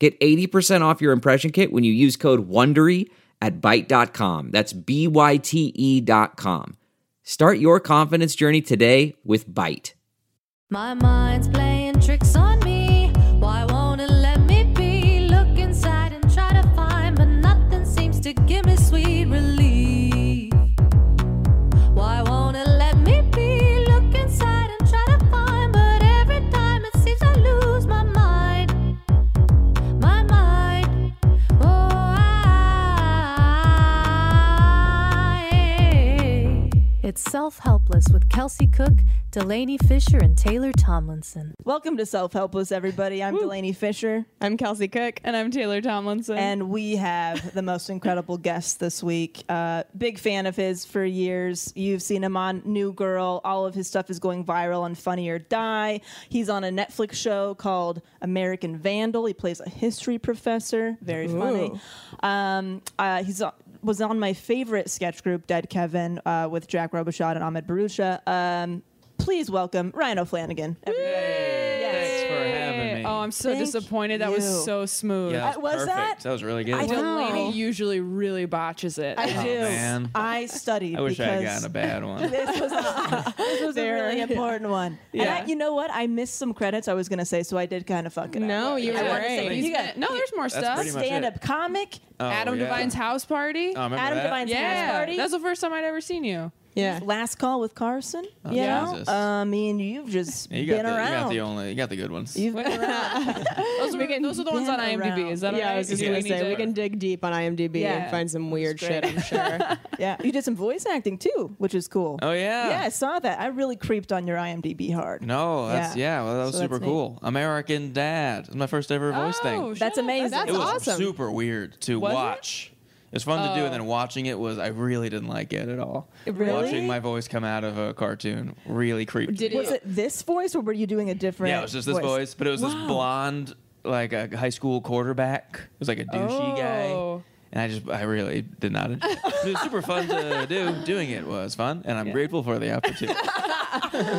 Get 80% off your impression kit when you use code WONDERY at Byte.com. That's B-Y-T-E E dot com. Start your confidence journey today with Byte. My mind's playing tricks on me. Why won't it let me be? Look inside and try to find, but nothing seems to give me sweet relief. Why won't it let me be? Look inside and try to find, but every time it seems I lose my mind. My mind. Oh, I. It's Self Helpless with Kelsey Cook, Delaney Fisher, and Taylor Tomlinson. Welcome to Self-Helpless, everybody. I'm Delaney Fisher. I'm Kelsey Cook. And I'm Taylor Tomlinson. And we have the most incredible guest this week. Uh, big fan of his for years. You've seen him on New Girl. All of his stuff is going viral on Funny or Die. He's on a Netflix show called American Vandal. He plays a history professor. Very funny. Um, uh, he's on- was on my favorite sketch group, Dead Kevin, uh, with Jack Robichaud and Ahmed Barucha. Um, please welcome Ryan O'Flanagan. everybody. Yes. Thanks for having me. oh, I'm so Thank disappointed. That you. was so smooth. Yeah, Uh, was perfect. that- That was really good. I don't- Delaney Wow. usually really botches it. I do. Oh, man. I studied. I wish I had because- gotten a bad one. this was a, this was a really important one. Yeah. And I, you know what? I missed some credits I was going to say, so I did kind of fuck it No, up. you I were wanted to right. say, He's You got been- no, there's more That's stuff. pretty much it. stand up comic. Oh, Adam yeah. Devine's house party. Oh, remember Adam that? Devine's house yeah, party. that's the first time I'd ever seen you. Yeah. Last call with Carson. you know? Oh, Jesus. I mean, you've just Yeah, you got been the, you got around. the only you got the good ones. You've been around. Those, were, those are the ones on been IMDb. Is that Yeah, I was just Yeah, gonna we need say to- we can dig deep on IMDb Yeah. and find some weird great. shit. I'm sure. yeah, you did some voice acting too, which is cool. oh yeah. Yeah, I saw that. I really creeped on your IMDb hard. No, that's Yeah. yeah. well, that was So super that's neat. cool. American Dad. It's my first ever voice Oh, thing. shit. That's amazing. It That's was awesome. super weird to Was it? watch. It? was fun to do, and then watching it was I really didn't like it at all. Oh. Really? Watching my voice come out of a cartoon really creeped. Did me Was out. it this voice, or were you doing a different? Yeah, it was just this voice, but it was this blonde, like a high school quarterback. It was like a douchey Oh. guy. And I just, I really did not. enjoy it. It was super fun to do. Doing it was fun, and I'm grateful for the opportunity.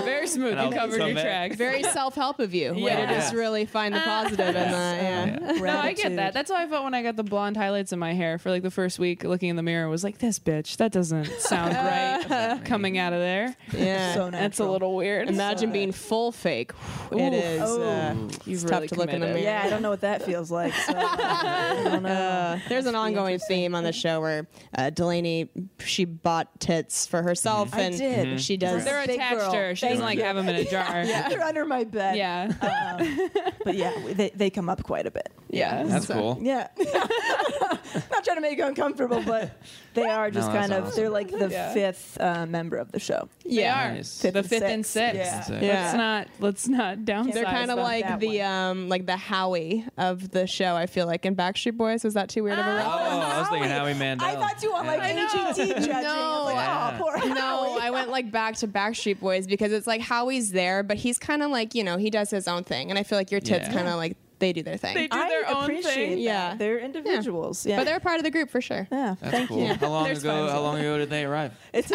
very smooth. And I'll You covered come your back. tracks. Very self-help of you. Way Yeah. to just really find Ah. the positive in that. Yeah. No, I get that. That's how I felt when I got the blonde highlights in my hair for like the first week. Looking in the mirror, was like, "This bitch, that doesn't sound right." coming out of there, Yeah. So natural. that's a little weird. Imagine being full fake. Whew, It Ooh. is. uh, You've it's tough really to look in the committed. mirror. Oh. Yeah, I don't know what that feels like. So I don't know. Uh, there's an ongoing theme on the show where uh, Delaney she bought tits for herself Mm-hmm. I and did. she does. They're Big attached girl. to her. She Thank doesn't like you. have them in a jar. Yeah. They're under my bed. Yeah. Um, but yeah, we- they, they come up quite a bit. That's cool. Yeah. Not trying to make you uncomfortable, but they are just No, that's kind of, awesome. they're like the Yeah. fifth uh, member of the show. yeah. They are. Nice. The fifth and sixth. Yeah. Sick. Yeah. Let's not let's not downsize. They're kind of them. like that the one. um like the Howie of the show. I feel like in Backstreet Boys was that too weird Ah, of a Oh, reference? I was thinking Howie I Mandel. thought you were like Yeah. AGT judging. I was like, Yeah. oh, poor No, Howie. I went like back to Backstreet Boys because it's like Howie's there, but he's kind of like you know he does his own thing, and I feel like your tits Yeah. kind of like they do their thing. They do I their own appreciate thing. that. Yeah. They're individuals. Yeah. But they're a part of the group for sure. yeah. That's Thank cool. you. How long There's ago? fines How on long ago did they arrive? It's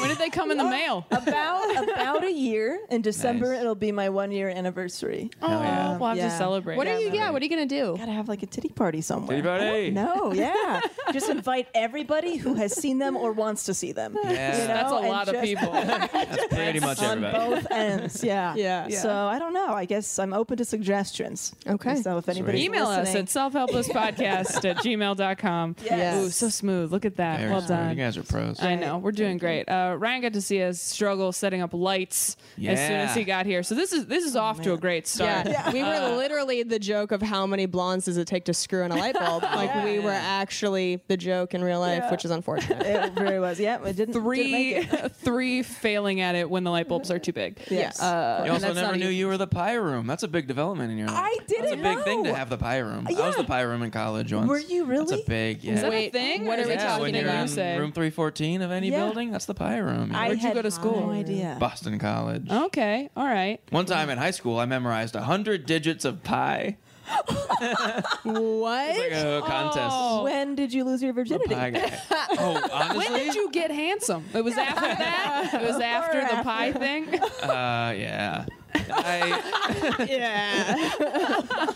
When did they come in the mail? oh, about about a year. In December, Nice. it'll be my one year anniversary. Oh, yeah. we'll have Yeah. to celebrate. What are you? Yeah. What are you gonna do? Gotta have like a titty party somewhere. Titty party. No, yeah. just invite everybody who has seen them or wants to see them. Yeah. That's a and lot of just- people. That's pretty much on everybody. both ends. Yeah. Yeah. So I don't know. I guess I'm open to suggestions. Okay. So if anybody Email us at listening, selfhelplesspodcast at gmail.com. Yes. Ooh, so smooth. Look at that. Very well smooth. done. You guys are pros. I know. We're doing great. Uh, Ryan got to see us struggle setting up lights as soon as Yeah. he got here. So this is this is off to a great start. Yeah. we were literally the joke of how many blondes does it take to screw in a light bulb. Like we were actually the joke in real life, which is unfortunate. it really was. Yeah. It didn't. didn't make Three it. three failing at it when the light bulbs are too big. Yes. Uh, You and also that's not never knew even- you were the pie room. That's a big development in your life. I That's a didn't big thing to know. have the pie room. I was the pie room in college once. Were you That's really? a big. Yeah. Is that Wait, a thing? what or are is we it yeah, just talking when something you're you in say? room 314 of any Yeah. building, that's the pie room. I Where'd you had go to No school? idea. Boston College. Oh. Okay. All right. One time in high school, I memorized 100 digits of pi. what? Like a contest. When did you lose your virginity? Pie guy. Oh, honestly? Oh. When did you get handsome? It was after that. It was after the pie thing. Uh, yeah. I, Yeah.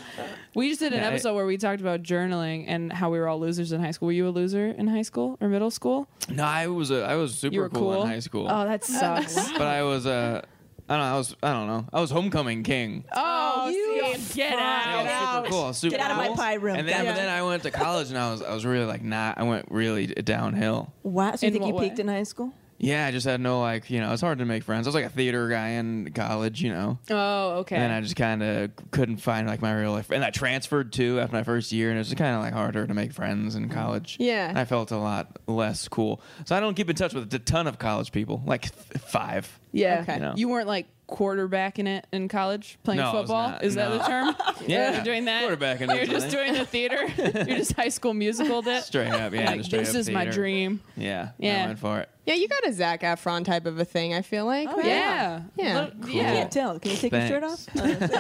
We just did an Yeah, I- episode where we talked about journaling and how we were all losers in high school. Were you a loser in high school or middle school? no, I was a, I was super You were cool, cool, in high school. Oh, that sucks. but I was uh, I don't know. I was I don't know. I was homecoming king. oh, you get I out. was super cool. I was super Get out of my cool. pie room. And then, Yeah. but then I went to college and I was I was really like nah. I went really downhill. Wow. So you In think you what way? peaked in high school? Yeah, I just had no like you know. It's hard to make friends. I was like a theater guy in college, you know. Oh, okay. And then I just kind of couldn't find like my real life. And I transferred too after my first year, and it was just kind of like harder to make friends in college. Yeah. I felt a lot less cool. So I don't keep in touch with a ton of college people, like f- five. yeah. Okay. You know. You weren't like quarterbacking it in college, playing No, I was football. not. Is that No. the term? Yeah. You're doing that. Quarterbacking it, You're just really. doing the theater. You're just high school musical. That Straight up, yeah. like, just straight this up is my theater. dream. Yeah, Yeah. I went for it. Yeah, you got a Zach Efron type of a thing, I feel like. right? Oh, Yeah. Yeah. Little- Cool. yeah. Can't tell. Can you take your shirt off? Thanks.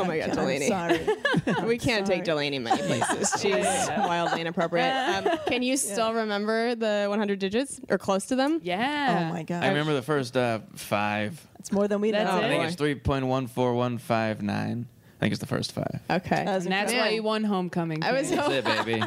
Oh my God, I'm Delaney. sorry. we can't take Delaney many places. She's wildly inappropriate. Um, can you still remember the 100 digits or close to them? Yeah. Oh my god. I remember the first uh, five. It's more than we That's know. it? I think boy. it's three point one four one five nine. I think it's the first five. Okay. That was And that's why incredible. you won homecoming. I was Kate. That's it, baby.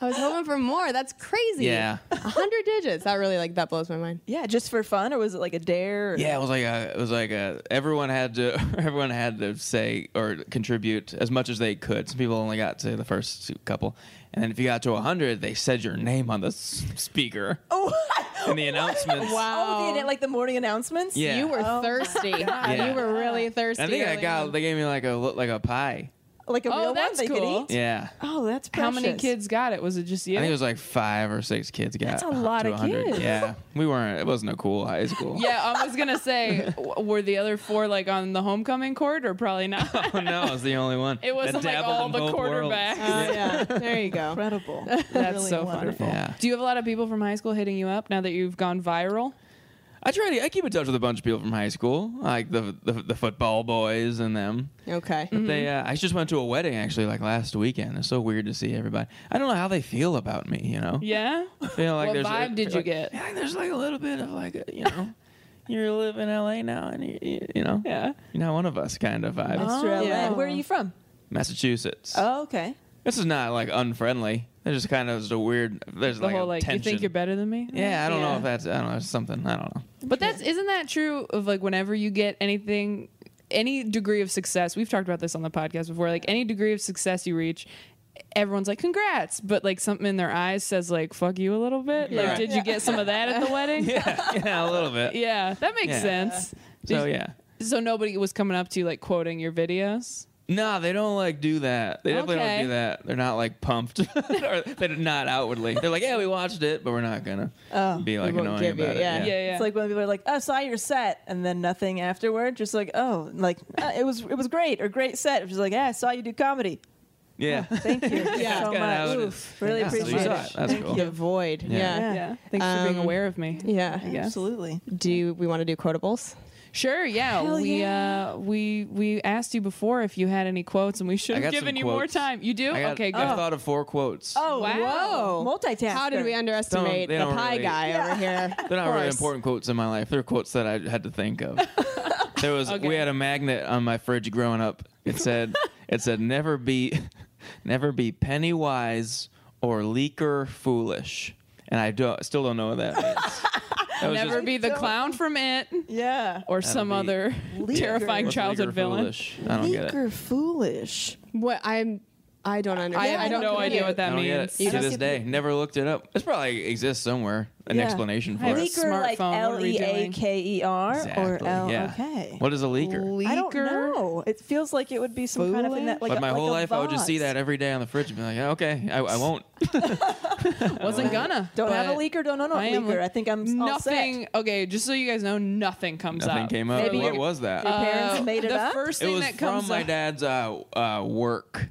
I was hoping for more. That's crazy. Yeah. 100 digits. That really like that blows my mind. Yeah, just for fun, or was it like a dare? Or... Yeah, it was like a, it was like a, everyone had to everyone had to say or contribute as much as they could. Some people only got to the first two couple, and then if you got to hundred, they said your name on the s- speaker Oh, in the announcements. oh the, like the morning announcements. Yeah. You were Oh my thirsty. Yeah. You were really thirsty. I think I early got. on. They gave me like a like a pie. like a Oh, real that's one they cool. could eat. Yeah. Oh, that's precious. How many kids got it? Was it just you? I think it was like five or six kids got. That's a lot to of 100. kids. Yeah, we weren't. It wasn't a cool high school. yeah, I was gonna say, w- were the other four like on the homecoming court or probably not? Oh no, I was the only one. It wasn't that like dabbled all in the both worlds. quarterbacks. Oh, yeah. There you go. Incredible. That's Really so wonderful. wonderful. Yeah. Do you have a lot of people from high school hitting you up now that you've gone viral? I try to. I keep in touch with a bunch of people from high school, like the the, the football boys and them. Okay. But They. Mm-hmm. Uh, I just went to a wedding actually, like last weekend. It's so weird to see everybody. I don't know how they feel about me. You know. Yeah. I feel like what there's vibe did you like- get? I think there's like a little bit of like a, you know, you live in LA now, and you, you, you know, Yeah. Uh-huh. you're not one of us kind of vibe. Mr. LA. Yeah. Where are you from? Massachusetts. Oh, okay. This is not like unfriendly. There's just kind of just a weird. There's The like whole a like, you tension. think you're better than me? Yeah, I don't know if that's. I don't know. It's something. I don't know. But that's isn't that true of like whenever you get anything any degree of success, we've talked about this on the podcast before, like any degree of success you reach, everyone's like congrats, but like something in their eyes says like fuck you a little bit. Like Right. did you get some of that at the wedding? Yeah, yeah, a little bit. that makes Yeah. sense. So yeah. So nobody was coming up to you like quoting your videos? No, they don't like do that. They definitely Okay. don't do that. They're not like pumped, or they're not outwardly. They're like, yeah, we watched it, but we're not gonna be like We won't annoying give you- about it. yeah. Yeah, yeah. It's like when people are like, "Oh, "I saw your set," and then nothing afterward. Just like, "Oh, like uh, it was it was great or great set." It's just like, "Yeah, I saw you do comedy. yeah. Thank you That's so kinda how much. it Oof, is. really Yeah, so you appreciate saw it." it. That's cool. The void. Yeah. yeah. Thanks for being Um, aware of me. Yeah. guess. Absolutely. Do we want to do quotables? Sure, yeah. Hell we yeah. uh we we asked you before if you had any quotes and we should I have got given some you more quotes. time. You do? I got- okay, go. I've thought of four quotes. Oh, wow. Multitasker. How did we underestimate they the don't pie really- guy over here? They're not Of really course. important quotes in my life. They're quotes that I had to think of. there was we had a magnet on my fridge growing up. It said it said never be never be penny wise or leaker foolish. And I don't, still don't know what that means. That was Never just- be the clown from it Yeah. or some be- other terrifying what's childhood leaker villain. foolish? I don't get it. Weak or foolish. What I'm, I don't I understand. have no get idea it. what I that don't get it. means. To this day, never looked it up. This probably exists somewhere. An explanation for I it. have Leaker like Smartphone, what are L we E doing? A K E R or Exactly, L. yeah. Okay. What is a leaker? Leaker. I don't know. It feels like it would be some kind of thing that like. but a- my like a whole life, I would just see vase. that every day on the fridge and be like, "Yeah, okay, I, I won't. Wasn't gonna. Don't have a but leaker. Don't own a I am- leaker. I think I'm all set. Nothing. Okay, just so you guys know, nothing comes Nothing up. came up. Maybe what your- was that? your parents Uh, made it the up. first it thing was that from comes my up. dad's uh, uh, work.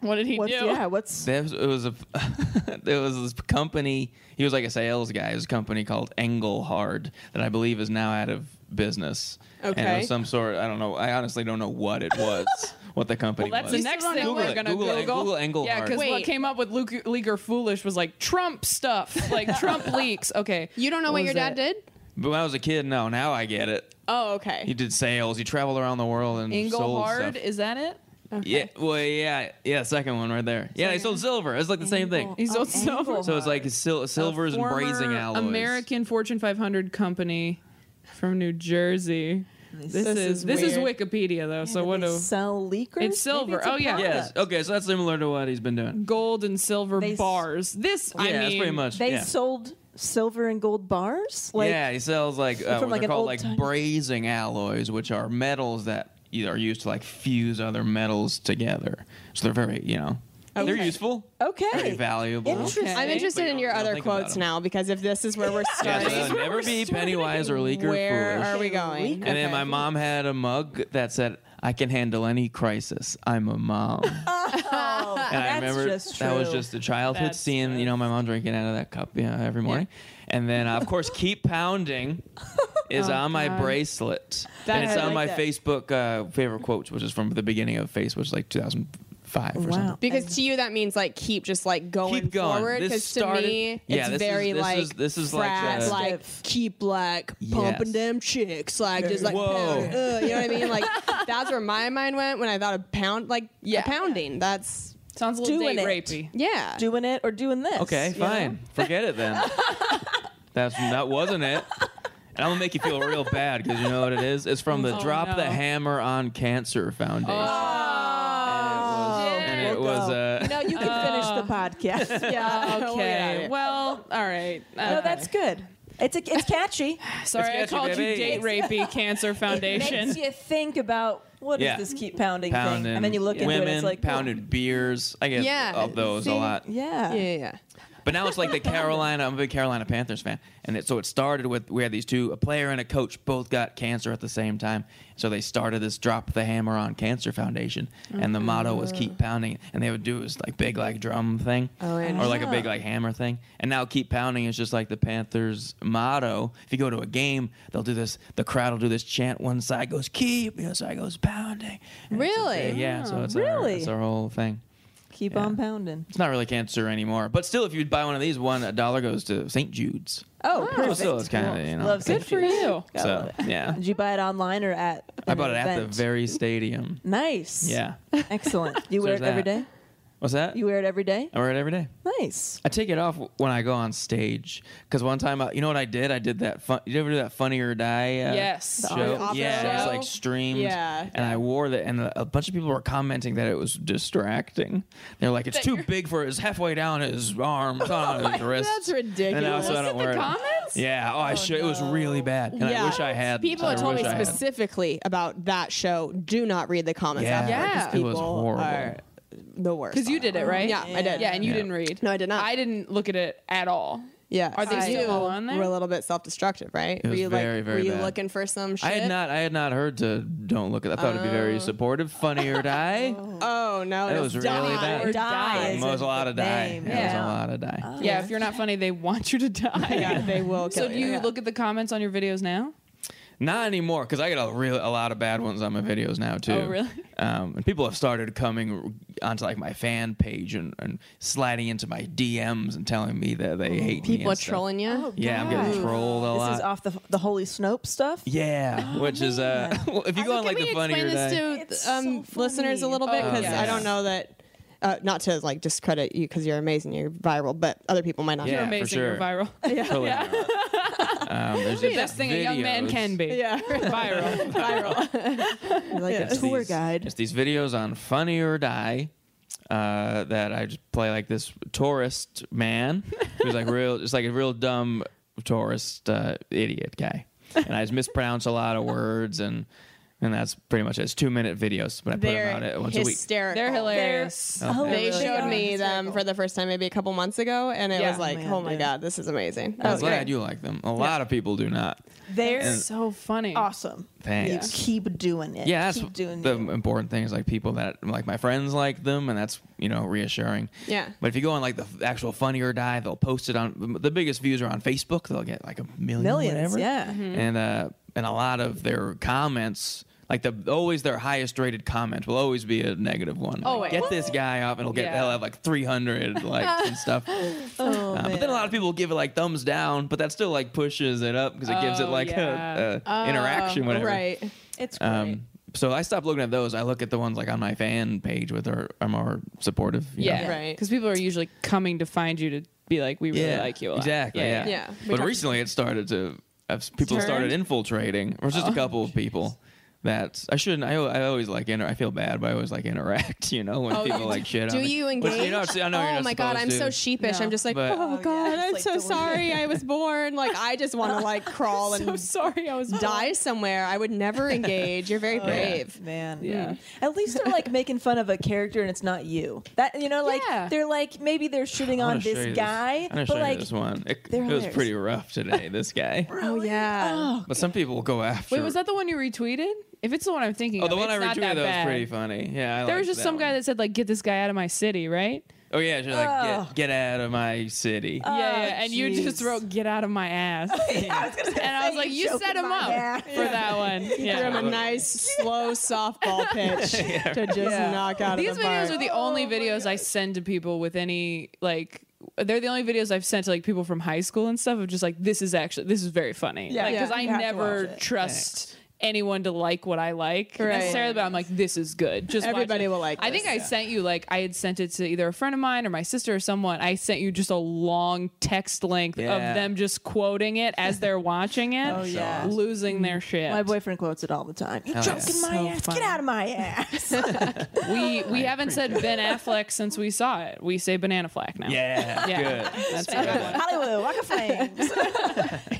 What did he what's do? yeah? What's There was, it was a there was this company. He was like a sales guy. It was a company called Engelhard that I believe is now out of business. And it Okay. was some sort. I don't know. I honestly don't know what it was. what the company Well, that's was. the next thing Google we're it. gonna Google Google. it. Google Engelhard. Yeah, because what Wait. came up with Luke, Leaker Foolish was like Trump stuff, like Trump leaks. Okay, You don't know what, was your dad it? did? But when I was a kid, no. Now I get it. Oh, okay. He did sales. He traveled around the world and sold Engelhard, stuff. is that it? Yeah. Well, yeah, yeah. Second one right there. Yeah, he sold silver. It's like the same thing. He's also So it's like sil- silvers and brazing alloys. American Fortune 500 company from New Jersey. This, is, is this is weird. Wikipedia though. so do what they do sell leakers? it's silver? Maybe oh yeah, Yes. Okay, so that's similar to what he's been doing. gold and silver They s- bars. This I yeah, mean, that's pretty much. They yeah. sold silver and gold bars. Like yeah, he sells like uh, from, like, what they're an called old like time- brazing alloys, which are metals that either are used to like fuse other metals together. So they're very, you know, they're useful. Okay. Very valuable. Interesting. Okay. I'm interested But in you your don't other think about quotes them. now because if this is where we're Yeah, so starting, they'll never be pennywise or leaker where foolish. are we going? And then my mom had a mug that said, "I can handle any crisis. I'm a mom." and I Oh, that's remember just that was true. just a childhood That's scene. You know, my mom drinking out of that cup, yeah, every morning. And then, uh, of course, keep pounding is on my bracelet, and it's I on my like that. Facebook uh, favorite quotes, which is from the beginning of Face, which is like 2005 or something. Because to you that means like keep just like going, Keep going. forward. This Because to started- me, it's Yeah, this is- very this like is- this is like frat, the- like keep like pumping Yes. them chicks, like just like Whoa. pound, uh, you know what I mean? Like that's where my mind went when I thought of pound, like yeah, pounding. That's sounds a little Doing date it. rapey. yeah. doing it or doing this. Okay, you know? fine. Forget it then. That's that wasn't it. And I'm gonna make you feel real bad because you know what it is. It's from the Oh, Drop the no. Hammer on Cancer Foundation. Ah. and it Oh. We'll was, go. and it was uh, No, you can finish the podcast. Yeah. We'll get out of Okay, here. well, all right. No, Uh, that's good. It's a, it's catchy. sorry, I It's catchy, called you baby. date rapey cancer foundation. Makes you think about what does Yeah. this keep pounding, pounding thing, and then you look women, into it. It's like pounded beers. I get Yeah, of those a see? lot. Yeah. yeah, yeah, yeah. But now it's like the Carolina. I'm a big Carolina Panthers fan, and it, so it started with we had these two, a player and a coach, both got cancer at the same time. So they started this "Drop the Hammer on Cancer" foundation, and the motto was "Keep pounding." And they would do this like big like drum thing, or like a big like hammer thing. And now "Keep pounding" is just like the Panthers motto. If you go to a game, they'll do this. The crowd will do this chant. One side goes "Keep," the other side goes "Pounding." And it's just- Really? yeah. So it's our, Really? it's our whole thing. Keep on pounding. It's not really cancer anymore, but still, if you buy one of these, one a dollar goes to St. Jude's. Oh, So still, it's kind of you know. Love Good for you. so yeah, Did you buy it online or at? I an bought it at the event? very stadium. Nice. Yeah, Excellent. You wear there's it every that. day. what's that? You wear it every day. I wear it every day. Nice. I take it off when I go on stage because one time, I, you know what I did? I did that. Fun, you ever do that Funny or Die? Uh, Yes. show? The opera Yeah, it's show. like streamed. Yeah. and I wore that, and a a bunch of people were commenting that it was distracting. They're like, "It's too big for his halfway down his arm, it's not on his wrist." That's And now, ridiculous. so I don't the wear it. comments? Yeah. Oh, I should. It was really bad, and I wish I had. People I had told me wish I had. specifically about that show. Do not read the comments Yeah. after Yeah. because It people was horrible. are the worst. Because you did it, right? Yeah, I did. Yeah, and you Yeah. didn't read. No, I did not. I didn't look at it at all. Yeah, Are they so still you all on there? Were a little bit self-destructive, right? was were you very, like, very were you bad. looking for some shit? I had not. I had not heard to don't look at. I thought it'd be very supportive. Funny or die. Oh no, That it's was really done. bad. or die It is was a a lot of good die. name. It was a Yeah. Oh. lot of die. Yeah, if you're not funny, they want you to die. Yeah, they will. So kill do you Yeah. look at the comments on your videos now? Not anymore, because I get a real a lot of bad ones on my videos now too. Oh, really? Um, and people have started coming onto like my fan page and, and sliding into my DMs and telling me that they hate me. People are and stuff. trolling you. Yeah, I'm getting God. trolled a this lot. is off the the holy Snope stuff. Yeah, which is uh, well, if you go on like Can the we funnier explain day. this It's to um, so listeners a funny. little bit? Because yeah. I Oh, I don't don't know that. Uh, not to like discredit you because you're amazing, you're viral, but other people might not. Yeah, You're for amazing. sure. You're viral. Totally not. um, there's the best thing a young man can be. Yeah. Viral. You're like a tour guide. It's these videos on Funny or Die uh, that I just play like this tourist man who's like real, just like a real dumb tourist uh, idiot guy, and I just mispronounce a lot of words and. And that's pretty much it. It's two minute videos, but I put They're them out at once a week. hysterical. They're hilarious. Oh, They really? showed are me them hysterical. for the first time maybe a couple months ago, and it Yeah. was like, Man, oh my dude. god, this is amazing. That I'm was glad great. you like them. A lot of people do not. They're And- so funny. awesome. Thanks. You keep doing it. yeah, that's keep doing the it. important thing is like people that like my friends like them, and that's you know reassuring. Yeah. But if you go on like the f- actual Funny or Die, they'll post it on the biggest views are on Facebook. They'll get like a million, Millions, whatever. yeah. Mm-hmm. And uh, and a lot of their comments. Like the always their highest rated comment will always be a negative one. Oh, Like, wait. get this guy off, and he'll get Yeah. he'll have like three hundred likes and stuff. Oh, Uh, but then a lot of people give it like thumbs down, but that still like pushes it up because it gives it Oh, like a- yeah. a, Oh, interaction, whatever. Right. it's great. Um, so I stopped looking at those. I look at the ones like on my fan page with are are more supportive. you know? Yeah. Right. Because people are usually coming to find you to be like, we really yeah, like you a lot. exactly. Yeah, Yeah. We But talked- recently it started to I've, people Turned? started infiltrating, or just a couple of people. That I shouldn't. I, I always like inter. I feel bad, but I always like interact. You know, when Oh, people you- like shit. Do on me. you Which, engage? know, it's- I know you're oh not my god, supposed I'm to, so sheepish. No. I'm just like, But- oh god, it's I'm like so deleted. sorry. I was born. Like I just want to like crawl So and sorry, I was die somewhere. I would never engage. You're very brave. Man, Yeah. At least they're like making fun of a character, and it's not you. That you know, like Yeah. they're like maybe they're shitting I wanna on show you this guy, I'm gonna show but you like, this one. It, they're it was hilarious. pretty rough today. This guy. Oh yeah. But some people will go after. Wait, was that the one you retweeted? If it's the one I'm thinking Oh, of, the one it's I not retweeted that that, was bad. pretty funny. Yeah, I There was liked just some one. guy that said like, "Get this guy out of my city," right? Oh yeah, she's like, Ugh. get, get out of my city. Oh. yeah, yeah. And you just jeez. wrote, "Get out of my ass," and I was like, "You set him up for that one." Threw him Yeah. a nice slow softball pitch to just knock out These of the videos park. are the only videos I send to people with any like. They're the only videos I've sent to like people from high school and stuff of just like this is actually this is very funny. Yeah, because you have to I never watch it. trust. Anyone to like what I like Right. necessarily, but I'm like, this is good. Just watch Everybody it. will like I think this. I sent you like I had sent it to either a friend of mine or my sister or someone. I sent you just a long text length Yeah. of them just quoting it as they're watching it, oh, yeah. losing their shit. my boyfriend quotes it all the time. You Hell yeah. joking my So ass? funny. Get out of my ass! We we haven't said Ben Affleck since we saw it. We say banana flack now. Yeah, Yeah. good. That's a good one. Hollywood, Walk of Flames.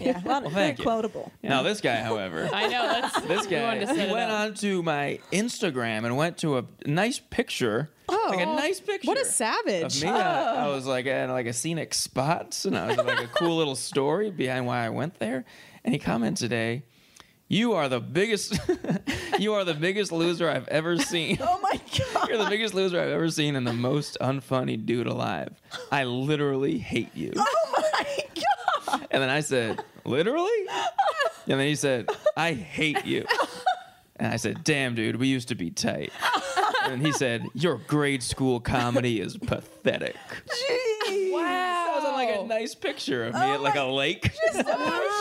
yeah, a lot of, very thank you. quotable. Now this guy, however, I know. That's this guy wanted to set he it went up. on to my Instagram and went to a nice picture, Oh. like a nice picture. What a Of savage. Oh. me, I, I was like at like a scenic spot, and I was like a cool little story behind why I went there. And he commented today, "You are the biggest, you are the biggest loser I've ever seen." Oh my god! You're the biggest loser I've ever seen and the most unfunny dude alive. I literally hate you. Oh my god! And then I said, Literally? And then he said, I hate you. And I said, Damn, dude, we used to be tight. And he said, Your grade school comedy is pathetic. Jeez. That was on like a nice picture of me at like a lake.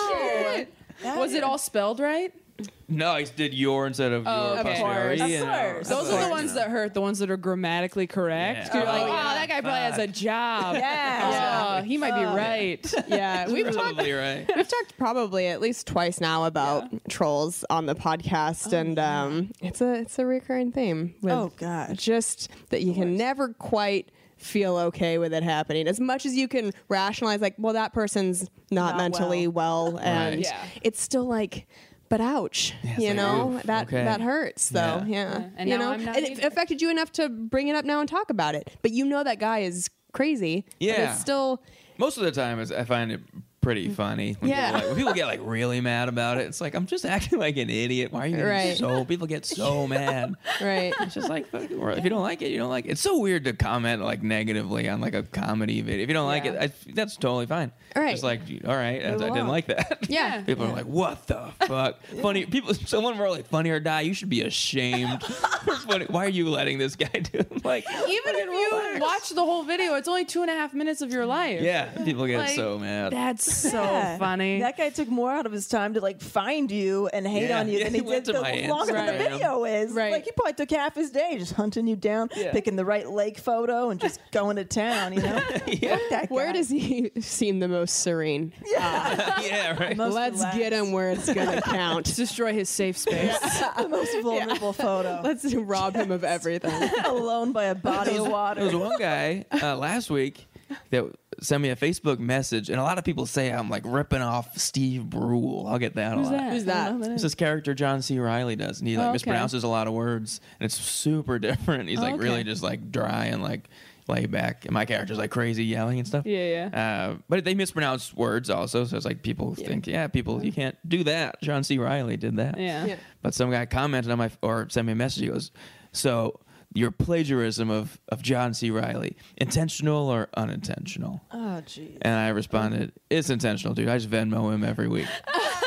That Was is- it all spelled right? no, I did your instead of Oh, okay. your Of plus Mary, course. you Of know. course. Those are the course. ones that hurt. The ones that are grammatically correct. Yeah. You're like, Oh, wow, yeah. that guy probably has a job. Yeah. Oh, he might be right. Yeah, we've talked Probably right. We've talked probably at least twice now about trolls on the Oh, podcast, and um, it's a it's a recurring theme. With Oh, gosh. just that you can never quite feel okay with it happening as much as you can rationalize like well that person's not, Not mentally well, and Yeah. it's still like but ouch it's you like, know oof, that okay. that hurts though Yeah. yeah, And you now know I'm not it either. affected you enough to bring it up now and talk about it but you know that guy is crazy but Yeah. it's still Most of the time, it's, I find it pretty funny. When Yeah. People, like, when people get like really mad about it, it's like I'm just acting like an idiot. Why are you getting Right. so? People get so mad. Right. It's just like fuck the world. if you don't like it, you don't like it. It's so weird to comment like negatively on like a comedy video. If you don't like it, I, that's tototally fine. Right. Just like all right, I, I didn't like that. Yeah. People are like, "What the fuck?" Funny people. Someone wrote like, "Funny or die." You should be ashamed. It's funny. Why are you letting this guy do? It? I'm Like, Even if you watch the whole video, it's only two and a half minutes of your life. yeah, people get Like, so mad. That's so Yeah. funny. That guy took more out of his time to like find you and hate Yeah. on you Yeah, than he he, went did to the my longer than the Instagram. video is. Right. Like he probably took half his day just hunting you down, Yeah. picking the right lake photo, and just going to town. You know, Yeah. Fuck that Where guy. does he seem the most serene? yeah, right. Most Let's relaxed, get him where it's gonna count. Destroy his safe space. the most vulnerable photo. Let's rob him of everything. alone by a body of There was water. one guy uh, last week that sent me a Facebook message, and a lot of people say I'm like ripping off Steve Brule. I'll get that a lot. Who's that? It's this character John C. Riley does, and he like Oh, okay. Oh, mispronounces a lot of words, and it's super different. He's like okay. really just like dry and like laid back, and my character's like crazy yelling and stuff. Yeah, Uh, but they mispronounce words also, so it's like people think, yeah, people, you can't do that. John C. Riley did that. Yeah. Yeah. But some guy commented on my or sent me a message. He goes, "So your plagiarism of of John C. Riley, intentional or unintentional?" Oh, jeez. And I responded, "It's intentional, dude. I just Venmo him every week."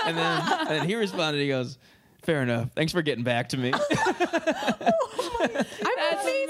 and then and then he responded. He goes, "Fair enough. Thanks for getting back to me." That's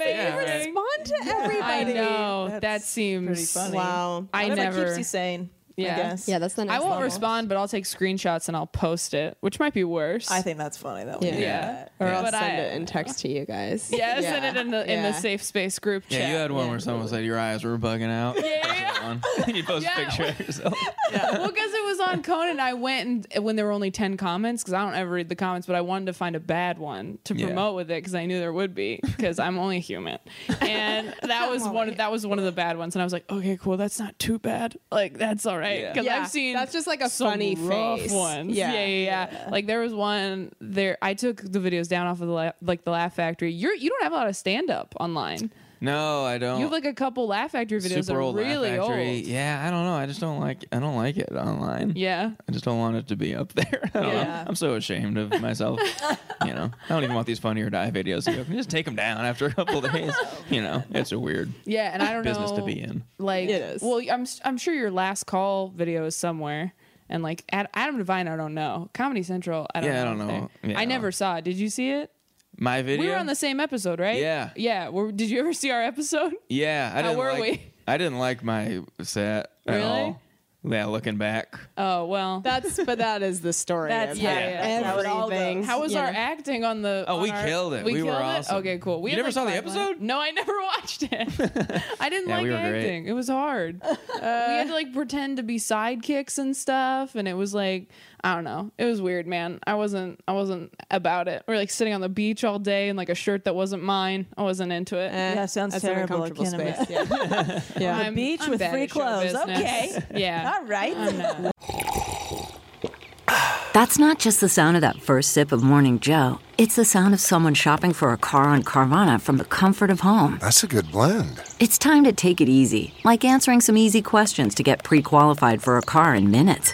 Yeah, right. amazing. Respond to I everybody. know. that That's pretty seems. funny. Wow. I Whatever never. keeps you sane. Yeah. I guess. Yeah, that's the next I won't level. respond, but I'll take screenshots and I'll post it, which might be worse. I think that's funny though. Yeah. Yeah. Or I'll But send I- it in text to you guys. Yeah, send it in the in the Yeah. safe space group chat. yeah, you had one where someone said your eyes were bugging out. Yeah. you post Yeah. a picture of yourself. well, because it was on Conan, I went and when there were only ten comments, because I don't ever read the comments, but I wanted to find a bad one to Yeah. promote with it, because I knew there would be, because I'm only human, and that was one. Of, that was one of the bad ones, and I was like, okay, cool, that's not too bad. Like that's all right, Yeah. because Yeah, I've seen that's just like a some funny rough face. ones. Yeah. Yeah. Yeah, yeah, Like there was one there. I took the videos down off of the la- like the Laugh Factory. You're you don't have a lot of stand up online. No, I don't. You have like a couple Laugh Factory videos that Oh. super are old Laugh really old. Factory. Yeah, I don't know. I just don't like. I don't like it online. yeah. I just don't want it to be up there. I don't know. Yeah. I'm so ashamed of myself. you know, I don't even want these funny or die videos. You can just take them down after a couple days. You know, it's a weird Yeah, and I don't business know to be in. Like, It is. well, I'm I'm sure your last call video is somewhere, and like Ad, Adam Devine, I don't know. Comedy Central, I don't Yeah, I know. don't if know. they're- Yeah. I never saw it. Did you see it? My video. We were on the same episode, right? Yeah. yeah. Were, did you ever see our episode? Yeah, I How didn't were like, we? I didn't like my set at Really? all. Yeah, looking back. Oh well. That's but that is the story. That's of yeah, yeah, that's how it all everything. goes. how was you our know. acting on the? Oh, on we our- killed it. We were killed it? awesome. Okay, cool. We You had, never like, saw the five lines. episode? No, I never watched it. I didn't Yeah, like we were great. acting. It was hard. Uh, we had to like pretend to be sidekicks and stuff, and it was like I don't know. It was weird, man. I wasn't. I wasn't about it. We were like sitting on the beach all day in like a shirt that wasn't mine. I wasn't into it. Eh, Yeah, sounds that's an terrible. I uncomfortable can't space. Yeah. The I'm- beach I'm with bad free at show clothes. business. Okay. Yeah. All right. That's not just the sound of that first sip of Morning Joe. It's the sound of someone shopping for a car on Carvana from the comfort of home. That's a good blend. It's time to take it easy, like answering some easy questions to get pre qualified for a car in minutes.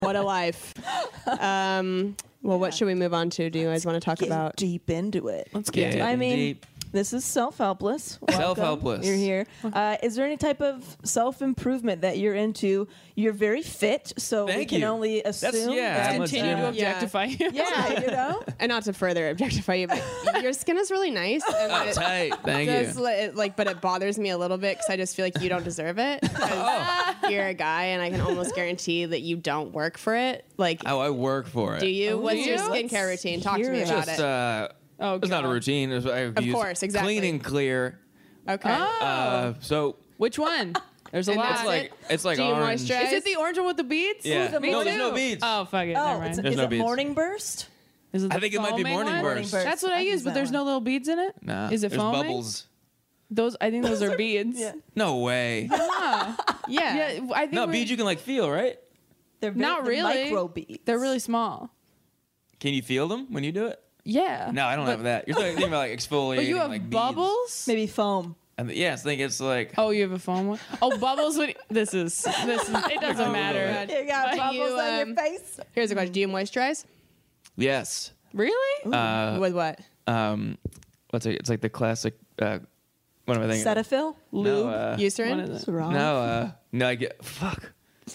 What a life. Um, well, what should we move on to? Do you guys want to talk Getting about? deep into it. Let's get I mean, This is self helpless. Welcome. Self-helpless. You're here. Uh, is there any type of self improvement that you're into? You're very fit, so we Thank can you. only That's- assume. yeah, that, uh, I'm a Continue to Yeah. objectify you. yeah, you know. and not to further objectify you, but your skin is really nice. And Oh, it tight. Thank does you. li- it, like, but it bothers me a little bit because I just feel like you don't deserve it. 'Cause Oh. You're a guy, and I can almost guarantee that you don't work for it. Like, Oh, I work for it. do you? What's your you? skincare routine? Talk to me hear about Just, it. uh, Oh, it's not a God. routine. It's- I use course, exactly. Clean and clear. Okay. Uh, so Which one? Oh. There's a And lot. it's that's like it's like Do you orange. moisturize? Is it the orange one with the beads? Yeah. Ooh, the Me No, there's too. no beads. Oh fuck it. Oh, Never it's, mind. There's is no it beads. morning burst? Is it I the think it might be foaming morning one? burst. Morning That's what I, burst. I use, use but that there's one. no little beads in it. Nah, Is it there's foaming? bubbles? Those I think those are beads. yeah. No way. Yeah, I think no we're- beads you can like feel, right? They're very, Not they're really. Micro beads. They're really small. Can you feel them when you do it? Yeah. No, I don't have that. You're talking about like exfoliating. But you have like beads. bubbles. maybe foam. And the- yes, I think it's like Oh, you have a foam one. Oh, bubbles. When, this is this is. It doesn't matter. You got bubbles you, on um, your face. Here's a question: Do you moisturize yes. Really? Uh, with what? um, what's it? It's like the classic. Uh, what am I thinking? Cetaphil. No, uh, One Eucerin? of the- Wrong. no, uh, no. I get fuck.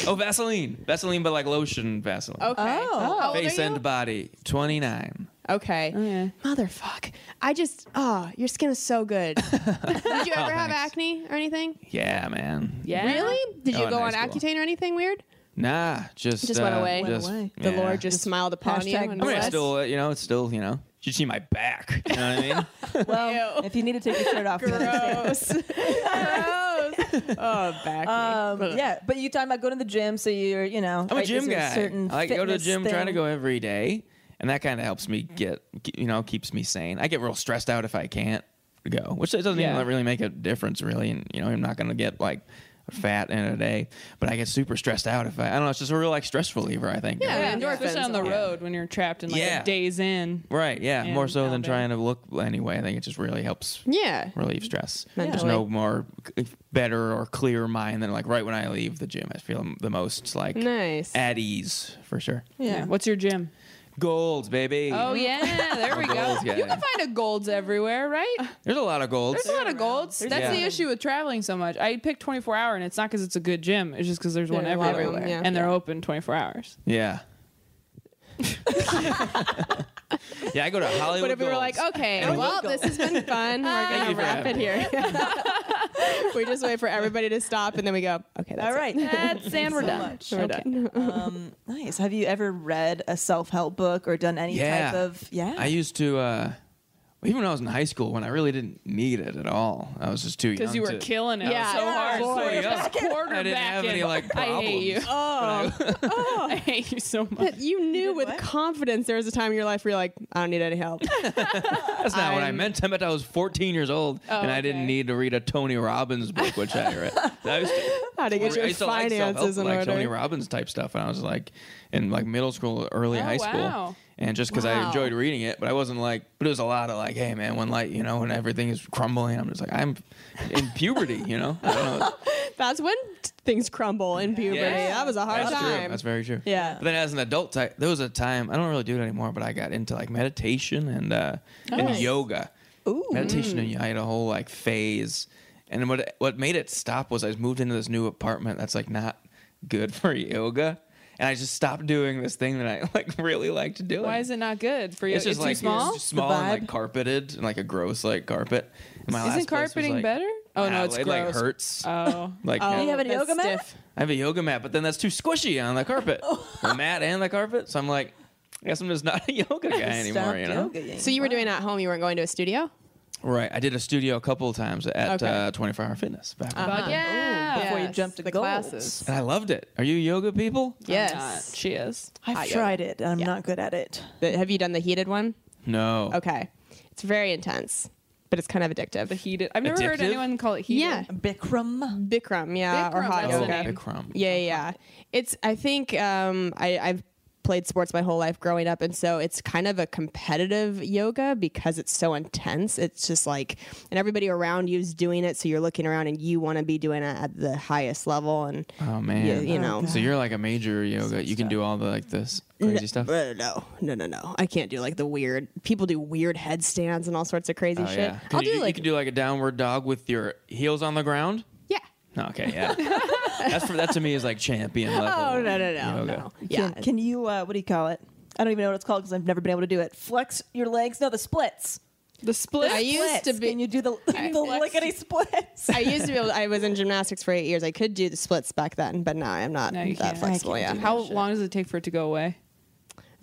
Oh, Vaseline, Vaseline, but like lotion Vaseline. Okay. Oh. How old Face are you? and body, twenty nine. Okay. yeah. Motherfuck. I just, oh, your skin is so good. Did you ever have Oh, thanks. acne or anything? Yeah, man. Yeah. Really? Did Oh, you in go high on school. Accutane or anything weird? Nah, just Just went uh, away. Went just- away. The yeah. Lord just smiled upon you. Hashtag and I mean, it's blessed? still, uh, you know, it's still, you know. You should see my back. You know what I mean? Oh. Well, if you need to take your shirt off, you understand. Gross. Gross. Oh, back. Um, yeah, but you talking about going to the gym, so you're, you know, I'm a right, gym there's guy. Certain I like to go to the fitness gym, thing. trying to go every day, and that kind of helps me get, ke- you know, keeps me sane. I get real stressed out if I can't go, which it doesn't Yeah. even really make a difference, really. And you know, I'm not gonna get like fat in a day, but I get super stressed out if I, I don't know. It's just a real like stress reliever, I think. Yeah. Especially on the road when you're trapped in like Yeah. days in. Right. Yeah. And More so down than trying to look anyway. I think it just really helps Yeah. relieve stress. There's Mentally. no more c- better or clearer mind than like right when I leave the gym. I feel the most like Nice. at ease for sure. Yeah. What's your gym? Golds, baby. Oh yeah, there we go. Golds guy. You can find a golds everywhere, right? There's a lot of golds. There's a lot of golds. That's Yeah. the issue with traveling so much. I picked 24 hour, and it's not because it's a good gym. It's just because there's one There are a lot of them, everywhere, yeah. and they're open 24 hours. Yeah. yeah, I go to Hollywood. But if we were like, Golds. okay, And well, this has been fun. We're you going for to wrap it here. we just wait for everybody to stop and then we go, okay, that's All it. right. That's and we're done. much. We're Okay. done. Um, nice. Have you ever read a self help book or done any yeah. type of oh, yeah? I used to. uh even when I was in high school, when I really didn't need it at all, I was just too young. Because you were to- killing it Yeah. so hard. Boy, So yeah. you're just quarterbacking. I didn't have any like I problems. hate you. Oh, I hate you so much. But you knew with confidence there was a time in your life where you're like, I don't need any help. That's not what I meant. I meant I was 14 years old Oh, and I didn't okay. need to read a Tony Robbins book, which I read. I used to, How to get I your used to like finances self-help, in like order. Tony Robbins type stuff. And I was like in like middle school, early Oh, high school. wow. And just because I Wow. enjoyed reading it, but I wasn't like, but it was a lot of like, hey man, when like, you know, when everything is crumbling, I'm just like, I'm in puberty, you know? I don't know. That's when t- things crumble in puberty. Yeah. That was a hard That's time. true. That's very true. Yeah. But then as an adult, type, there was a time I don't really do it anymore, but I got into like meditation and uh, and yoga. Ooh. Meditation and I had a whole like phase. And what what made it stop was I moved into this new apartment that's like not good for yoga, and I just stopped doing this thing that I like really liked doing. Why is it not good for you? It's It's, just too like small. It's just small and like carpeted and like a gross like carpet. And my Isn't last place was, carpeting like- better? Oh Nah, no, it's it gross. like hurts. Oh. like Oh, Do you have a that's yoga mat? stiff. I have a yoga mat, but then that's too squishy on the carpet. Oh. the mat and the carpet. So I'm like, I guess I'm just not a yoga guy anymore, you know? So you were doing it at home. You weren't going to a studio. Right. I did a studio a couple of times at Okay. uh, 24 Hour Fitness back in the Fuck day. yeah. before you Yes, jump to the goals. classes. And I loved it. Are you yoga people? Yes. Not. She is. I've tried it. I'm not good at it. The- have you done the heated one? No. Okay. It's very intense, but it's kind of addictive. The heated. I've never heard Addictive? anyone call it heated. yeah. Bikram. Bikram, yeah, or Bikram, hot that's the Oh, yoga. name. Bikram. Yeah, yeah. It's. I think um, I, I've played sports my whole life growing up, and so it's kind of a competitive yoga because it's so intense. It's just like, and everybody around you is doing it, so you're looking around and you want to be doing it at the highest level. And Oh man, you, you know, So you're like a major yoga. You can do all the like this crazy no, stuff. uh, No, no, no, no. I can't do like the weird. People do weird headstands and all sorts of crazy Oh, shit. yeah. Can I'll you, do you like can do like a downward dog with your heels on the ground. Yeah. Okay. Yeah. that's for that to me is like champion level. Oh, no, no, no, yoga. Yeah. Can, can you? Uh, what do you call it? I don't even know what it's called because I've never been able to do it. Flex your legs. No, the splits. The splits. I used to be. Can you do the I the flexed- lickety splits? I used to be able. I was in gymnastics for eight years. I could do the splits back then, but now I'm not No, you that can't. flexible. Yeah. How long does it take for it to go away?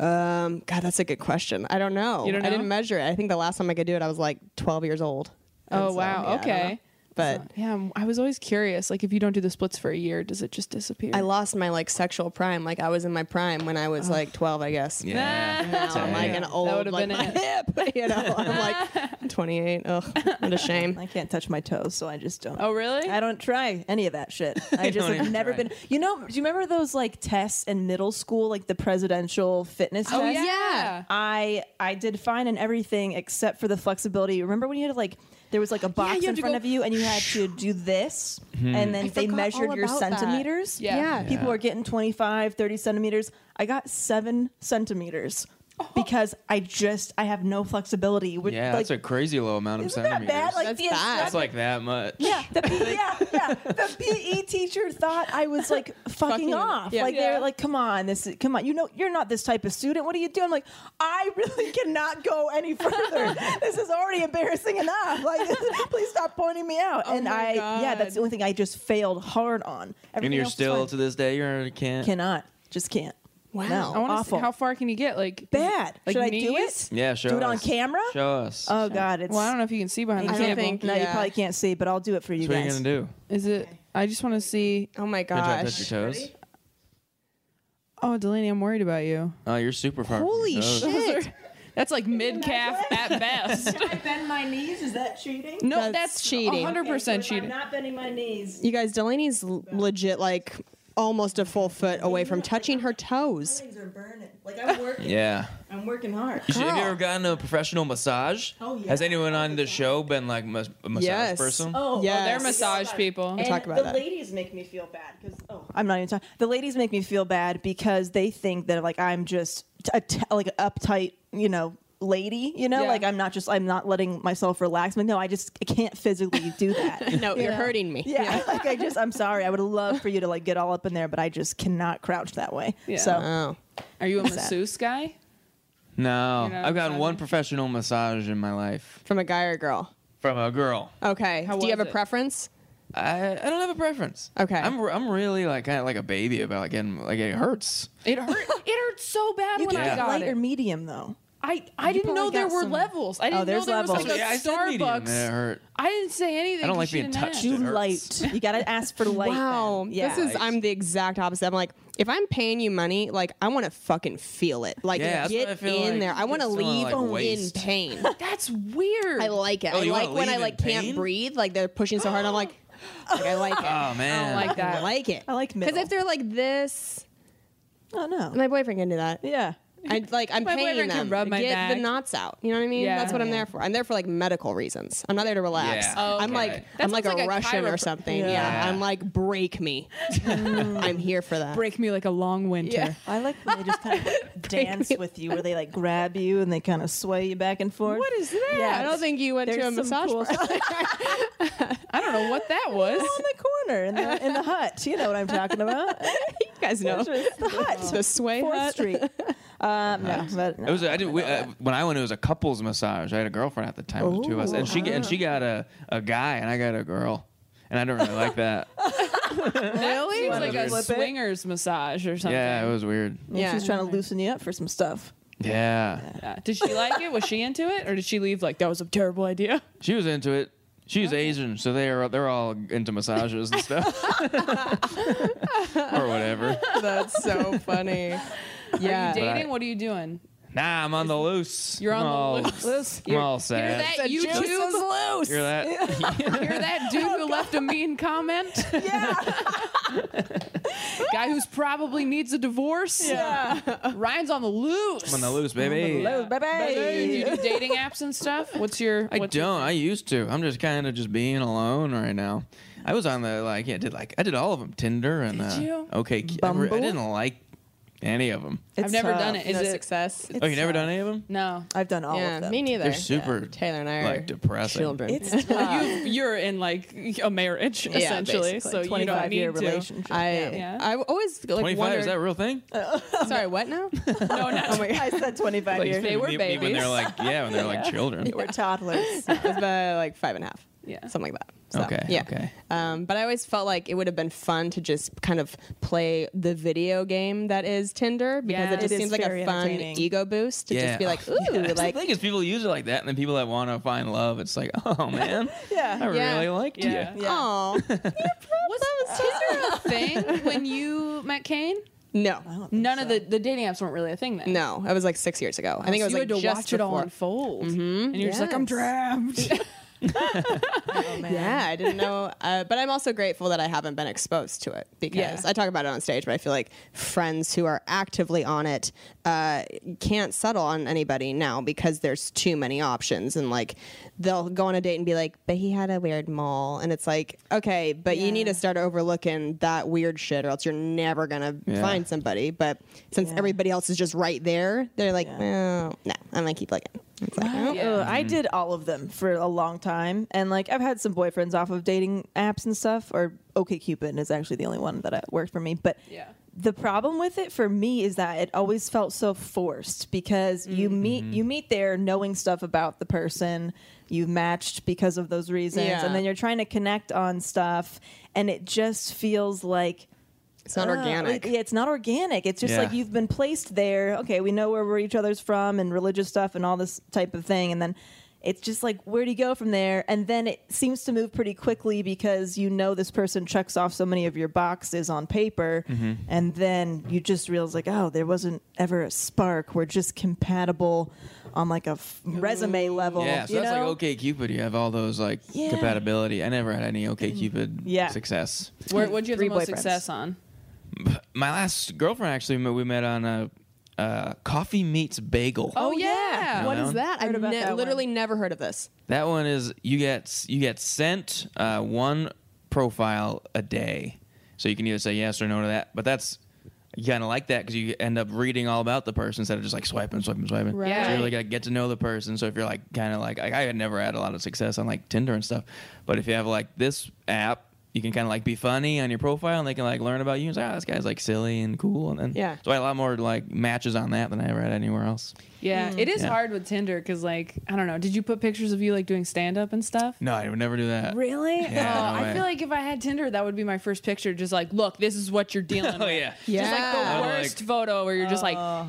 Um, God, that's a good question. I don't know. You don't I didn't know? measure it. I think the last time I could do it, I was like 12 years old. Oh And so, yeah, wow. I don't know. okay. But Yeah, I'm- I was always curious. Like, if you don't do the splits for a year, does it just disappear? I lost my like sexual prime. Like I was in my prime when I was like 12, I guess. Yeah. Now I'm like an Oh. That old would've like been my hip. You know, I'm like 28. Ugh, what a shame. I can't touch my toes, so I just don't. Oh really? I don't try any of that shit. I just don't have even never try. been. You know, do you remember those like tests in middle school, like the presidential fitness Oh, test? yeah. I I did fine in everything except for the flexibility. Remember when you had to, like there was like a box you in had to front go- of you and you had to do this Hmm. and then they forgot measured all your about that. centimeters. Yeah. Yeah. People are getting 25, 30 centimeters. I got 7 centimeters. Oh. Because I just I have no flexibility. Which, Yeah, like, that's a crazy low amount of isn't that centimeters. bad? Like That's the bad. instructor that's like that much. yeah, the P- yeah, yeah. The PE teacher thought I was like fucking, Fucking- off. yeah. Like Yeah. they're like, come on, this, is, come on. You know, you're not this type of student. What are you doing? I'm like, I really cannot go any further. this is already embarrassing enough. Like, please stop pointing me out. and Oh my I, yeah, God. that's the only thing I just failed hard on. And Everything you're else is still fine. to this day you're can't. cannot, just can't. Wow, Oh, I want to awful, see how far can you get? Like bad. Like Should I do knees? it? yeah, show Do us. it on camera? Show us. Oh God, it's. Well, I don't know if you can see behind the I table. don't think- no, you yeah. probably can't see, but I'll do it for you what are you guys. gonna do? Is it? I just want to see. Oh my Gonna try to touch gosh. your toes? Oh, Delaney, I'm worried about you. Oh, you're super far. from your Holy toes. shit. That's like mid calf at best. I bend my knees. Is that cheating? No, That's that's, cheating. 100 percent cheating. not bending my knees. You guys, Delaney's l- legit like almost a full foot away from touching her toes. Things are burning. Like I'm working. Yeah. I'm working hard. You should- have you ever gotten a professional massage? Oh, yeah. Has anyone on the show been like mas- a massage Yes. person? Oh, Yes. They're massage people. talk about the that. ladies make me feel bad because oh, I'm not even talking. The ladies make me feel bad because they think that like I'm just t- a t- like an uptight, you know, lady. You know, Yeah. like I'm not just I'm not letting myself relax. Like, no, I just I can't physically do that. No, you're hurting me. Yeah, like I just, I'm sorry. I would love for you to like get all up in there, but I just cannot crouch that way. Yeah. So Oh. Are you a masseuse guy? No, You know, I've gotten massage. one professional massage in my life From a guy or a girl? from a girl. Okay. How Do you was have a it? preference? I, I don't have a preference. Okay. I'm re- I'm really like kind of like a baby about getting like it hurts. It hurt. it hurt so bad you when can Yeah. get I got light or it. medium though. I, I didn't know probably there got were some- Oh, levels. I didn't know there's there was levels. like a Yeah, I said medium, Starbucks. and it hurt. I didn't say anything. I don't 'cause like she being didn't touched. ask. It Do hurts. light. You gotta ask for light. then. Wow. Yeah. This is I'm the exact opposite. I'm like, if I'm paying you money, like I want to fucking feel it. Like Yeah, that's what get I feel in like. there. I You want to just don't wanna, leave like, in waste. pain. That's weird. I like it. Oh, I you wanna like when I leave like in can't pain? breathe. Like they're pushing so hard. I'm like, like, I like it. Oh man. like that. I like it. I like Because middle. if they're like this, Oh no. my boyfriend can do that. yeah. I like I'm My paying boyfriend can them. rub my Get back. the knots out. You know what I mean? Yeah. That's what I'm there for. I'm there for like medical reasons. I'm not there to relax. Yeah. Oh, I'm okay. like That I'm like a, sounds like a Russian or chiropr- something. Yeah. Yeah. I'm like break me. I'm here for that. break me like a long winter. Yeah. I like when they just kind of dance with you, where they like grab you and they kind of sway you back and forth. What is that? Yeah, I don't think you went to a There's some massage cool bar. stuff I don't know what that was. on the corner in the in the hut. You know what I'm talking about? you guys know the hut, the sway Fourth hut. Street. Um, no, but no. It was. I did. We, uh, when I went, it was a couples massage. I had a girlfriend at the time, it was the two of us, and she and she got a, a guy, and I got a girl, and I don't really like that. Really? It was like a Flip it? swingers massage or something. yeah, it was weird. yeah. She's trying to loosen you up for some stuff. Yeah, Yeah. Did she like it? Was she into it, or did she leave like that was a terrible idea? she was into it. She's Asian, so they're they're all into massages and stuff, or whatever. That's so funny. Yeah. Dating? I- what are you doing? Nah, I'm on the loose. You're on I'm the all- loose. Loose. I'm You're- all you're sad. that The juice YouTube? is loose. You're that. Hear that dude who left a mean comment? Yeah. Guy who's probably needs a divorce. Yeah. Ryan's on the loose. I'm on the loose, baby. Do you do dating apps and stuff? What's your? I don't. I used to. I'm just kind of just being alone right now. I was on the like. Yeah, I did like I did all of them. Tinder and uh, you? okay. Cu- I, re- I Bumble? didn't like any of them. I've never done it. Is no it success. oh, you never done any of them? No, I've done all yeah, of them. me neither. They're super. Yeah. Taylor and I are like depressing. children. It's tough. you, you're in like a marriage Yeah, essentially, basically. so you don't 25 need year to. relationship. I Yeah. I always like 25 wondered. is that a real thing? sorry, what now? No, not oh my god, I said 25 Like, years. They were me- me when they're babies. like yeah, when they're like children. We're toddlers. it was about like five and a half. Yeah. something like that. So, Okay, Yeah. okay. Um, but I always felt like it would have been fun to just kind of play the video game that is Tinder because Yeah. it just It is seems like very a fun entertaining. ego boost to just be like, ooh, Yeah. like the thing is, people use it like that, and then people that want to find love, it's like, oh man, yeah, I Yeah. really liked Yeah. you. oh Was, was Tinder a thing when you met Kane? no, None of the the dating apps weren't really a thing then. no. That was like six years ago. I think it was you like had to just watch it all before. Mm-hmm. unfold, and you're just like, I'm Yes. trapped. Yeah, I didn't know. Uh, but I'm also grateful that I haven't been exposed to it because Yeah. I talk about it on stage, but I feel like friends who are actively on it uh, can't settle on anybody now because there's too many options. And like they'll go on a date and be like, but he had a weird mole. And it's like, okay, but you need to start overlooking that weird shit or else you're never going to Yeah. find somebody. But since everybody else is just right there, they're like, "Well, no, I'm going to keep looking. It's like, oh, Yeah. Ugh, I did all of them for a long time, and like I've had some boyfriends off of dating apps and stuff. Or OK Cupid is actually the only one that uh, worked for me. But Yeah. the problem with it for me is that it always felt so forced because you Mm-hmm. meet you meet there knowing stuff about the person you matched because of those reasons, Yeah. and then you're trying to connect on stuff, and it just feels like it's not uh, like, organic. yeah, it's not organic. It's just Yeah. like you've been placed there. Okay, we know where we're each other's from and religious stuff and all this type of thing. And then it's just like, where do you go from there? And then it seems to move pretty quickly because you know this person checks off so many of your boxes on paper. Mm-hmm. And then you just realize, like, oh, there wasn't ever a spark. We're just compatible on like a f- resume level. Yeah, so you that's know? like OK Cupid. You have all those like Yeah. compatibility. I never had any OK Cupid Yeah. success. Where, what'd you have Three the most boyfriends. success on? My last girlfriend actually we met on a uh, coffee meets bagel. Oh, yeah. What What is is that? I've Heard about ne- that one. literally never heard of this. That one is you get you get sent uh, one profile a day, so you can either say yes or no to that. But that's you kind of like that because you end up reading all about the person instead of just like swiping, swiping, swiping. Right. So you really gotta get to know the person. So if you're like kind of like I, I had never had a lot of success on like Tinder and stuff, but if you have like this app. You can kind of like be funny on your profile, and they can like learn about you. And say, oh, this guy's like silly and cool, and then Yeah. So I had a lot more like matches on that than I ever had anywhere else. Yeah, it is Yeah. hard with Tinder because, like, I don't know. Did you put pictures of you like doing stand up and stuff? No, I would never do that. Really? Yeah, oh, I no way. feel like if I had Tinder, that would be my first picture. Just like, look, this is what you're dealing Oh with. yeah, Just like the Yeah. I'm worst like- photo where you're just like, Oh.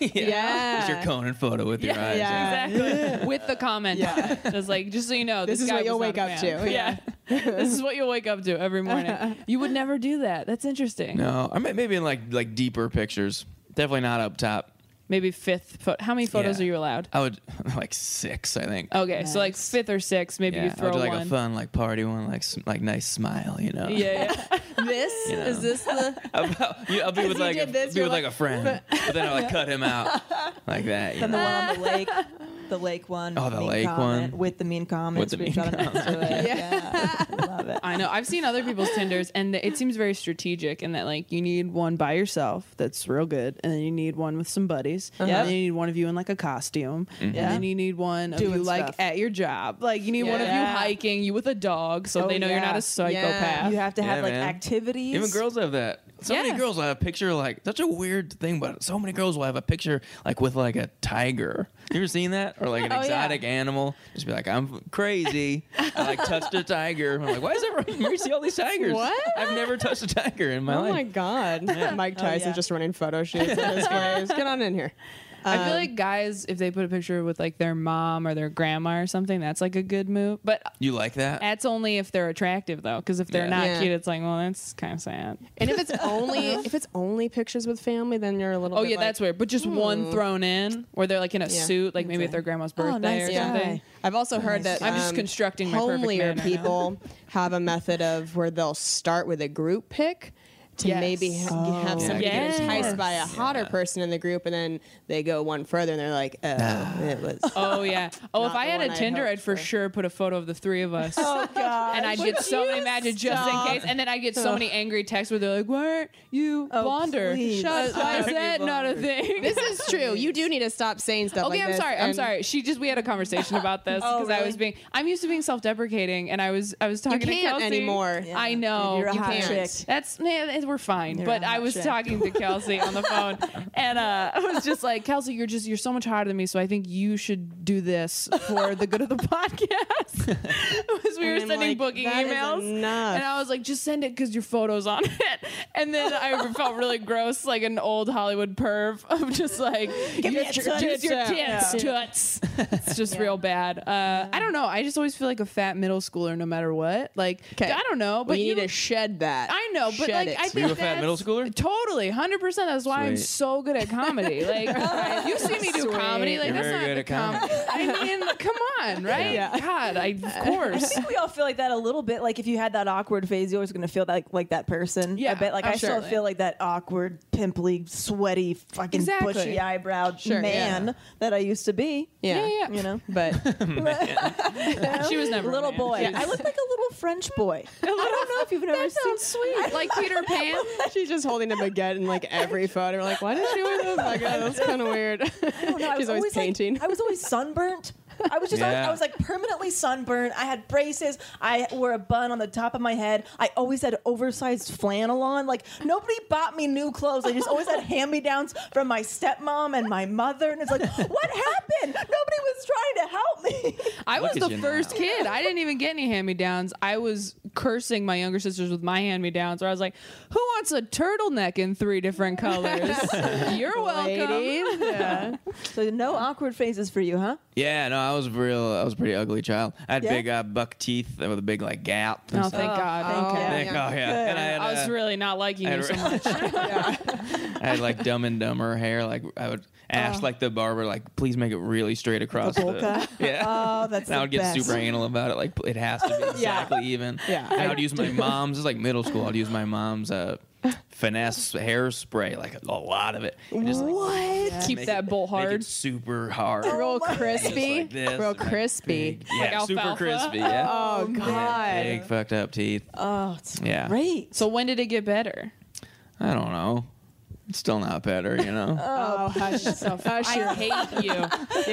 yeah. Yeah. It's your Conan photo with your eyes. Yeah. exactly, with the comment. Just like, just so you know, this, This is guy what you'll was not wake a up fan. to. Yeah. this is what you'll wake up to every morning. You would never do that. That's interesting. No, I mean, maybe in like like deeper pictures. Definitely not up top. Maybe fifth photo. How many photos Yeah. are you allowed? I would like six, I think. Okay, so like fifth or sixth, maybe yeah. you throw or do, like one. a fun like party one, like s- like nice smile, you know. yeah, yeah. This know. is this the I'll, you- I'll be with he like a, did this, be you're with like, a friend, but then I like cut him out like that. You And the know? one on the lake, the lake one. Oh, the mean lake comment, one. with the mean comments. With the we mean got an answer to it. Yeah, I love it. I know. I've seen other people's Tinders, and it seems very strategic in that, like, you need one by yourself that's real good, and then you need one with some buddies. Yeah. Uh-huh. And then you need one of you in, like, a costume. And then you need one of you, Doing like, stuff. at your job. Like, you need one of you Yeah. hiking, you with a dog, so they know you're not Oh, yeah. a psychopath. You have to Yeah, have like man. activities. Even girls have that. So Yeah. many girls will have a picture like such a weird thing, but so many girls will have a picture like with like a tiger. You ever seen that? Or like an exotic animal. Just be like, I'm crazy. I like touched a tiger. I'm like, why is everyone you see all these tigers? What? I've never touched a tiger in my Oh life. my god. Mike Tyson yeah. just running photo shoots at his photos. Get on in here. I um, feel like guys, if they put a picture with like their mom or their grandma or something, that's like a good move. But You like that? that's only if they're attractive though, because if they're Yeah. not Yeah. cute, it's like, well, that's kind of sad. And if it's only if it's only pictures with family, then you're a little. Oh bit yeah, like, hmm. that's weird. But just one thrown in, where they're like in a Yeah. suit, like maybe at their grandma's birthday nice or guy. something. I've also heard that I'm just um, constructing my perfect homelier man right now. people have a method of where they'll start with a group pick to Yes. maybe ha- have somebody Yes. get enticed by a hotter person in the group, and then they go one further and they're like, "Oh, it was." Oh yeah. Oh, if Not I the had one a I Tinder, hoped I'd for for. sure put a photo of the three of us. Oh god. and I'd get so many matches just in case. And then I get so many angry texts where they're like, "Why aren't you blonder? please. Shut up! Why is that not a thing?" this is true. You do need to stop saying stuff. Okay, like I'm this sorry. I'm and- sorry. She just we had a conversation about this Oh, because I was really? being I'm used to being self-deprecating, and I was I was talking to can't Kelsey anymore. Yeah. I know You're a hot can't. chick. That's man, we're fine. You're but a hot I was chick. talking to Kelsey on the phone, and uh, I was just like, Kelsey, you're just you're so much hotter than me, so I think you should do this for the good of the podcast. Because we were And I'm sending like, booking that is emails, enough. and I was like, just send it because your photos on it. And then I felt really gross, like an old Hollywood perv of just like, give me a toots. just your tits, Yeah. toots. It's just real bad. Uh, I don't know. I just always feel like a fat middle schooler, no matter what. Like, I don't know, but But you, you need to shed that. I know, but Shed like it. I Were think you a fat that's- middle schooler? Totally, hundred percent. That's why I'm Sweet. so good at comedy. Like you see me do comedy, like You're that's very not good the at comedy. com- I mean, come on, right? God, I of I course. think we all feel like that a little bit. Like if you had that awkward phase, you're always going to feel like like that person. Yeah, I bet. Like oh, I still surely. feel like that awkward, pimply, sweaty, fucking Exactly. bushy eyebrow Sure, man that I used to be. yeah, yeah, yeah. You know, But She was never a little man. boy. She was- I look like a little French boy. I don't know if you've ever seen. sweet, like Peter Pan. she's just holding a baguette in like every photo. We're like, why did she wear that? Like, oh, that's kind of weird. No, I she's was always, like- painting. I was always sunburnt. I was just always- Yeah. I was like permanently sunburnt. I had braces. I wore a bun on the top of my head. I always had oversized flannel on. Like nobody bought me new clothes. I just always had hand me downs from my stepmom and my mother. And it's like, what happened? Nobody was trying to help me. I was Look at the you first now. kid. I didn't even get any hand me downs. I was cursing my younger sisters with my hand me downs, where I was like, "Who wants a turtleneck in three different colors?" You're welcome. Ladies, yeah. So no awkward phases for you, huh? Yeah, no, I was real. I was a pretty ugly child. I had Yeah? big uh, buck teeth with a big like gap. and Oh, stuff. thank God. thank Like, oh yeah, and I had, I was uh, really not liking I you had- so much. I had like Dumb and Dumber hair. Like I would ask like the barber, like please make it really straight across. bowl cut? yeah. Oh, that's and I the would get best. super anal about it. Like it has to be exactly even. Yeah. And I would use my mom's. It's like middle school. I'd use my mom's uh, finesse hairspray, like a lot of it. And just, like, What? Keep make that it- bowl make it hard. super hard. Real crispy. Just like this, Real and, like, crispy. big- yeah, Like super alfalfa. crispy. Yeah. Oh, God. Big fucked up teeth. Oh, it's Yeah. great. So when did it get better? I don't know. It's still not better, you know. Oh, hush yourself. Hush your I hate you.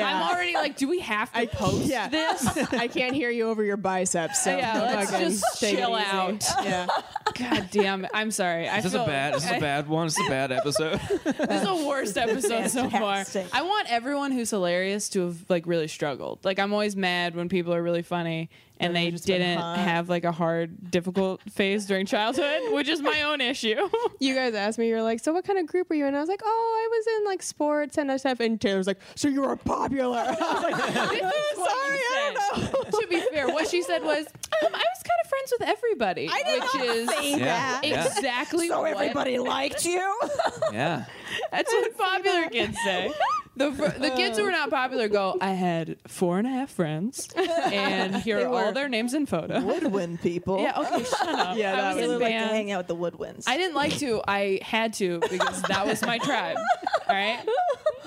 I'm already like, do we have to post yeah. this? I can't hear you over your biceps. So Yeah, let's fucking just take it chill easy. out. Yeah. God damn. it. I'm sorry. I This is feel- a bad. This is a bad one. This is a bad episode. This is the worst episode so far. Fantastic. I want everyone who's hilarious to have like really struggled. Like I'm always mad when people are really funny and they just been didn't hot. have like a hard, difficult phase during childhood, which is my own issue. You guys asked me, you're like, so what kind of group were you in? I was like, oh, I was in like sports and stuff. And Taylor's like, so you were popular. I was like, This is what sorry, you I don't said. to be fair, what she said was, um, I was kind of friends with everybody, I did which not is say Yeah. that. Yeah. exactly So what everybody liked you. Yeah. That's what popular kids say. The, fr- the kids who are not popular go, I had four and a half friends, and here are all their names and photo. Woodwind people. Yeah, okay, shut up. Yeah, I that was really in like to band. hang out with the woodwinds. I didn't like to. I had to because that was my tribe. All right.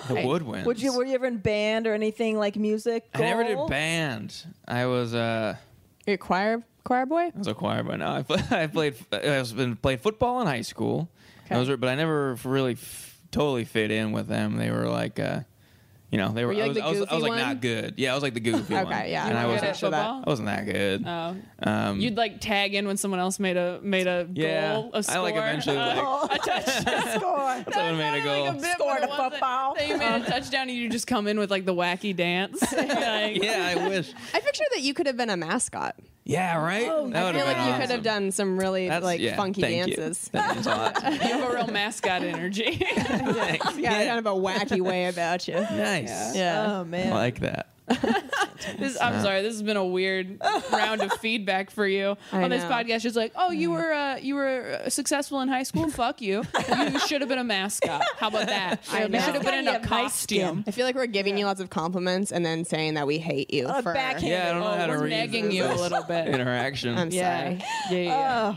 The woodwinds. Would you were you ever in band or anything like music? I never did goal? band. I was uh, You're a choir, choir boy? I was a choir by now. I, play, I played. I was been played football in high school. Those were, but I never f- really f- totally fit in with them. They were like, uh, you know, they were. you I was, like the I was, I was goofy like one? not good. Yeah, I was like the goofy one. Okay, yeah. And You I were wasn't. good at I wasn't that good. Oh. Um, You'd like tag in when someone else made a made a Yeah. goal, a score. I, like, eventually, Uh, Oh, like- a touchdown. Score. That's what I made a goal. Like a bit Oh, Scored when it a wasn't- football. That you made a touchdown and you just come in with like the wacky dance. Like, yeah, I wish. I picture that you could have been a mascot. Yeah, right. Oh, I feel like you could have done some really That's- like yeah, funky thank you. dances. That means a lot. you have a real mascot energy. You got kind of a wacky way about you. Nice. Yeah. Oh I man. like that. This, I'm sorry. This has been a weird round of feedback for you I on this know. podcast. Just like, oh, you were uh, you were uh, successful in high school. Fuck you. You should have been a mascot. How about that? I You know. should have been in Gotta a get a nice costume. I feel like we're giving you lots of compliments and then saying that we hate you A for. backhand. Yeah, I don't know Oh, how to we're read nagging you a this little bit. Interaction. I'm Yeah. sorry. Yeah. yeah, yeah.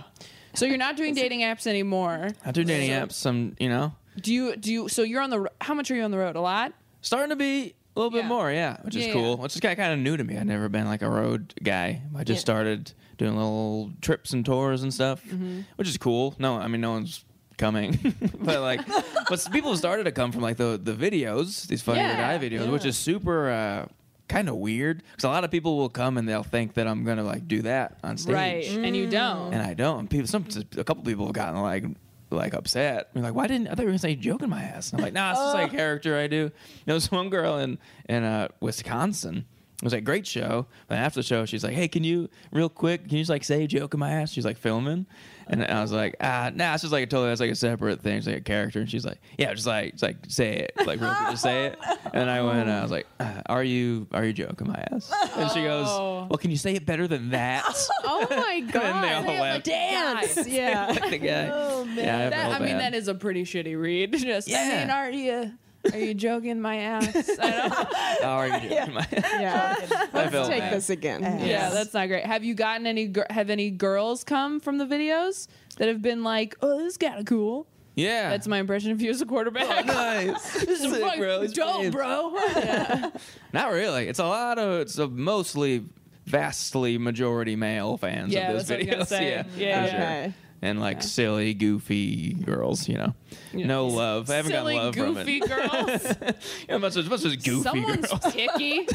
So you're not doing dating apps anymore. I do dating apps. Some, you know, Do you? Do you? So you're on the. ro- How much are you on the road? A lot. starting to be a little bit Yeah. more. Yeah, which is Yeah, cool. yeah. Which is kind of new to me. I've never been like a road guy. I just started doing little trips and tours and stuff, Mm-hmm. which is cool. No, I mean no one's coming, but like, but people have started to come from like the the videos, these funny Yeah, guy videos, which is super. uh Kind of weird because a lot of people will come and they'll think that I'm gonna like do that on stage, Mm. Right. And you don't. and I don't. People, some, a couple people have gotten like, like upset. I'm like, why didn't I thought you were gonna say joke in my ass? And I'm like, nah, it's just like a character I do. There was one girl in in uh, Wisconsin. It was like great show. And after the show, she's like, hey, can you real quick? Can you just like say joke in my ass? She's like filming, and I was like, ah, nah, it's just like totally that's like a separate thing. It's like a character, and she's like, yeah, just like just like say it, like real quick, just say it. And I went, I was like, uh, are you are you joking my ass? And she goes, well, can you say it better than that? Oh my god! And they all They have, went, like, dance. Yeah. like the guy. Yeah, I, Oh, That, I mean, that is a pretty shitty read. Just, I Yeah. mean, are you are you joking my ass? I don't, yeah. Let's take this again. yeah, that's not great. Have you gotten any? gir- Have any girls come from the videos that have been like, "Oh, this is kind of cool." Yeah, That's my impression of you as a quarterback. nice. this is Oh, Sick, fucking bro. It's dope, brilliant. bro. Yeah. Not really. It's a lot of. It's a mostly, vastly majority male fans Yeah, of those that's what I videos. was gonna say. Yeah, Yeah, for yeah. Okay. And like silly, goofy girls, you know, no love. I haven't Silly, gotten love from goofy it. girls. Yeah, much as much as goofy Someone's girls. picky.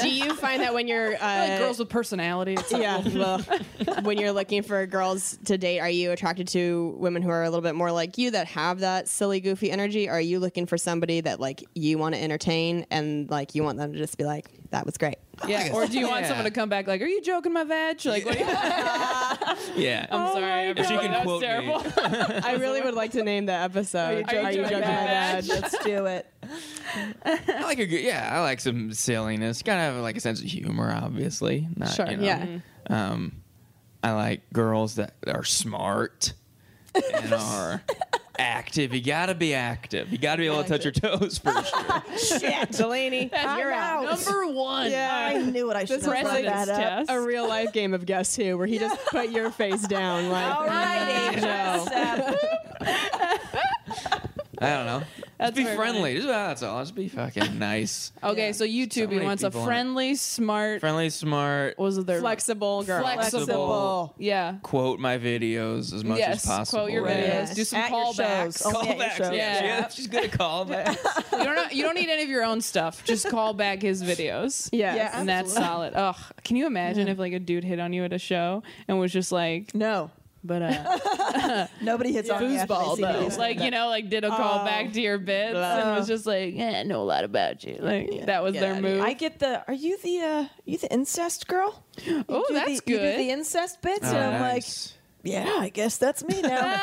Do you find that when you're uh, like girls with personality. It's yeah, well, when you're looking for girls to date, are you attracted to women who are a little bit more like you that have that silly, goofy energy? Or are you looking for somebody that like you want to entertain and like you want them to just be like, "That was great." yeah. Or do you want Yeah. someone to come back like, "Are you joking my vag?" Like, what do you- Yeah. I'm sorry. If she can that's quote terrible. me, I really would like to name the episode. Are You Joking My Badge? Let's do it. I like a good. Yeah, I like some silliness. Gotta have like a sense of humor, obviously. Not, Sure, you know, yeah. Um, I like girls that are smart and are active. You gotta be active. You gotta be able to touch your toes for sure. Delaney, you're out. Number one. I knew what I should This have was brought like that up. a real life game of Guess Who, where he just put your face down. Like, All right, no. ASAP. I don't know. Just be very friendly. Just, ah, that's all. Just be fucking nice, Okay, so YouTube many wants a people on it. friendly, smart. friendly, smart. what was it their Flexible girl. Flexible. Flexible. Yeah. Quote my videos as much yes. as possible. Quote your videos. right? Yes. Do some At your shows. callbacks. Only at your Callbacks. shows. Yeah, Yeah. she- she's good at callbacks. you don't. You don't need any of your own stuff. Just call back his videos. Yes. Yeah. And that's solid. Ugh. Can you imagine if like a dude hit on you at a show and was just like, No, but uh, nobody hits on me after they foosball see me do though, something like you know, like did a call Oh. back to your bits and was just like, eh, I know a lot about you. Like that was their move. I get the. Are you the? Uh, you the incest girl? You Oh, do that's the, You do good. the incest bits, Oh, and I'm like, nice. yeah, I guess that's me now.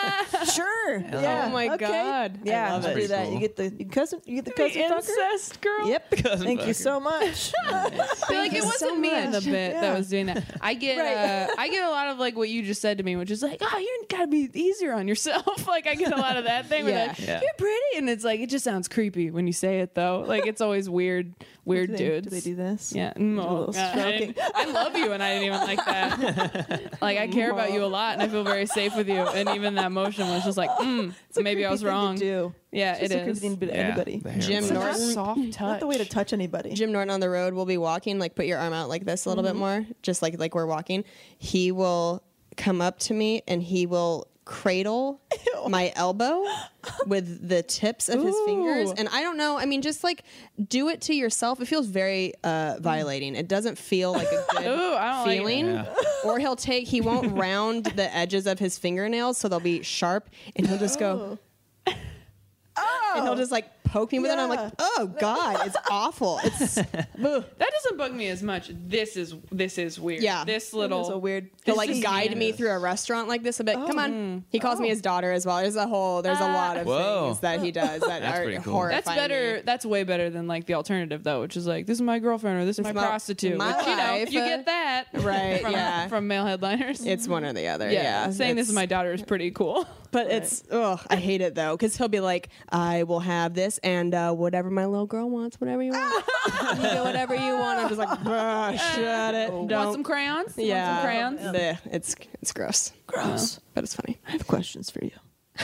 sure. Yeah. Oh my okay. God. I Yeah. love you it. do Pretty that. cool. You get the you cousin. You get the cousin fucker. incest girl. Yep. Cousin Thank you fucker. so much. I feel like it wasn't me in the bit that was doing that. I get uh, I get a lot of like what you just said to me, which is like, oh, you gotta be easier on yourself. like I get a lot of that thing. where Yeah. Like, Yeah. You're pretty, and it's like it just sounds creepy when you say it though. Like it's always weird, weird do they, dudes. Do they do this? Yeah. Mm, little oh, God. I, stroking. didn't- I love you, and I didn't even like that. like I care about you a lot, and I feel very safe with you. And even that motion was just like, mm, It's a maybe I creepy was thing to wrong. do. Yeah, It's it just a creepy is. thing to do to Yeah, anybody. the hair Jim was- Norton. Soft touch. Not the way to touch anybody. Jim Norton on the road will be walking, like put your arm out like this a little bit Mm-hmm. more, just like like we're walking. He will come up to me and he will cradle my elbow with the tips of his fingers. And I don't know, I mean, just like do it to yourself. It feels very uh, violating. It doesn't feel like a good Ooh, I don't like it. feeling. Or he'll take he won't round the edges of Oh. his fingernails so they'll be sharp and he'll just go and he'll just like poke me with it. And I'm like, oh god, it's awful. It's That doesn't bug me as much. This is this is weird. Yeah. This That little is a weird. to like guide me through a restaurant like this a bit. Come on. He calls me his daughter as well. There's a whole there's a lot of Whoa. things that he does that That's are pretty cool. horrifying. Uh, That's better. That's way better than like the alternative though, which is like this is my girlfriend or this is my, my- prostitute. my which, you know, life. you get that Right, From, yeah. From male headliners. It's one or the other. yeah. Yeah. Saying this It's- is my daughter is pretty cool. But it's oh, I hate it though, because he'll be like, "I will have this and uh, whatever my little girl wants, whatever you want, you get whatever you want." I'm just like, "Bruh, shut it, don't." Want some crayons? yeah, Want some crayons? Bleh. it's it's gross, Gross. but it's funny. I have questions for you.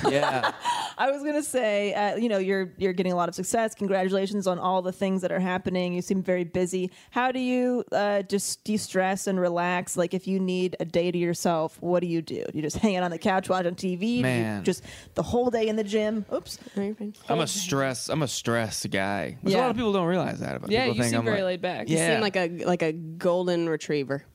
Yeah. I was gonna say, uh, you know, you're you're getting a lot of success. Congratulations on all the things that are happening. You seem very busy. How do you uh, just de-stress and relax? Like, if you need a day to yourself, what do you do? Do you just hang out on the couch, watch on TV? Do you Man. just the whole day in the gym. Oops. No, you're fine. I'm a stress. I'm a stress guy. Which a Yeah. lot of people don't realize that about. Yeah, people you think seem I'm very like, laid back. Yeah. You seem like a like a golden retriever.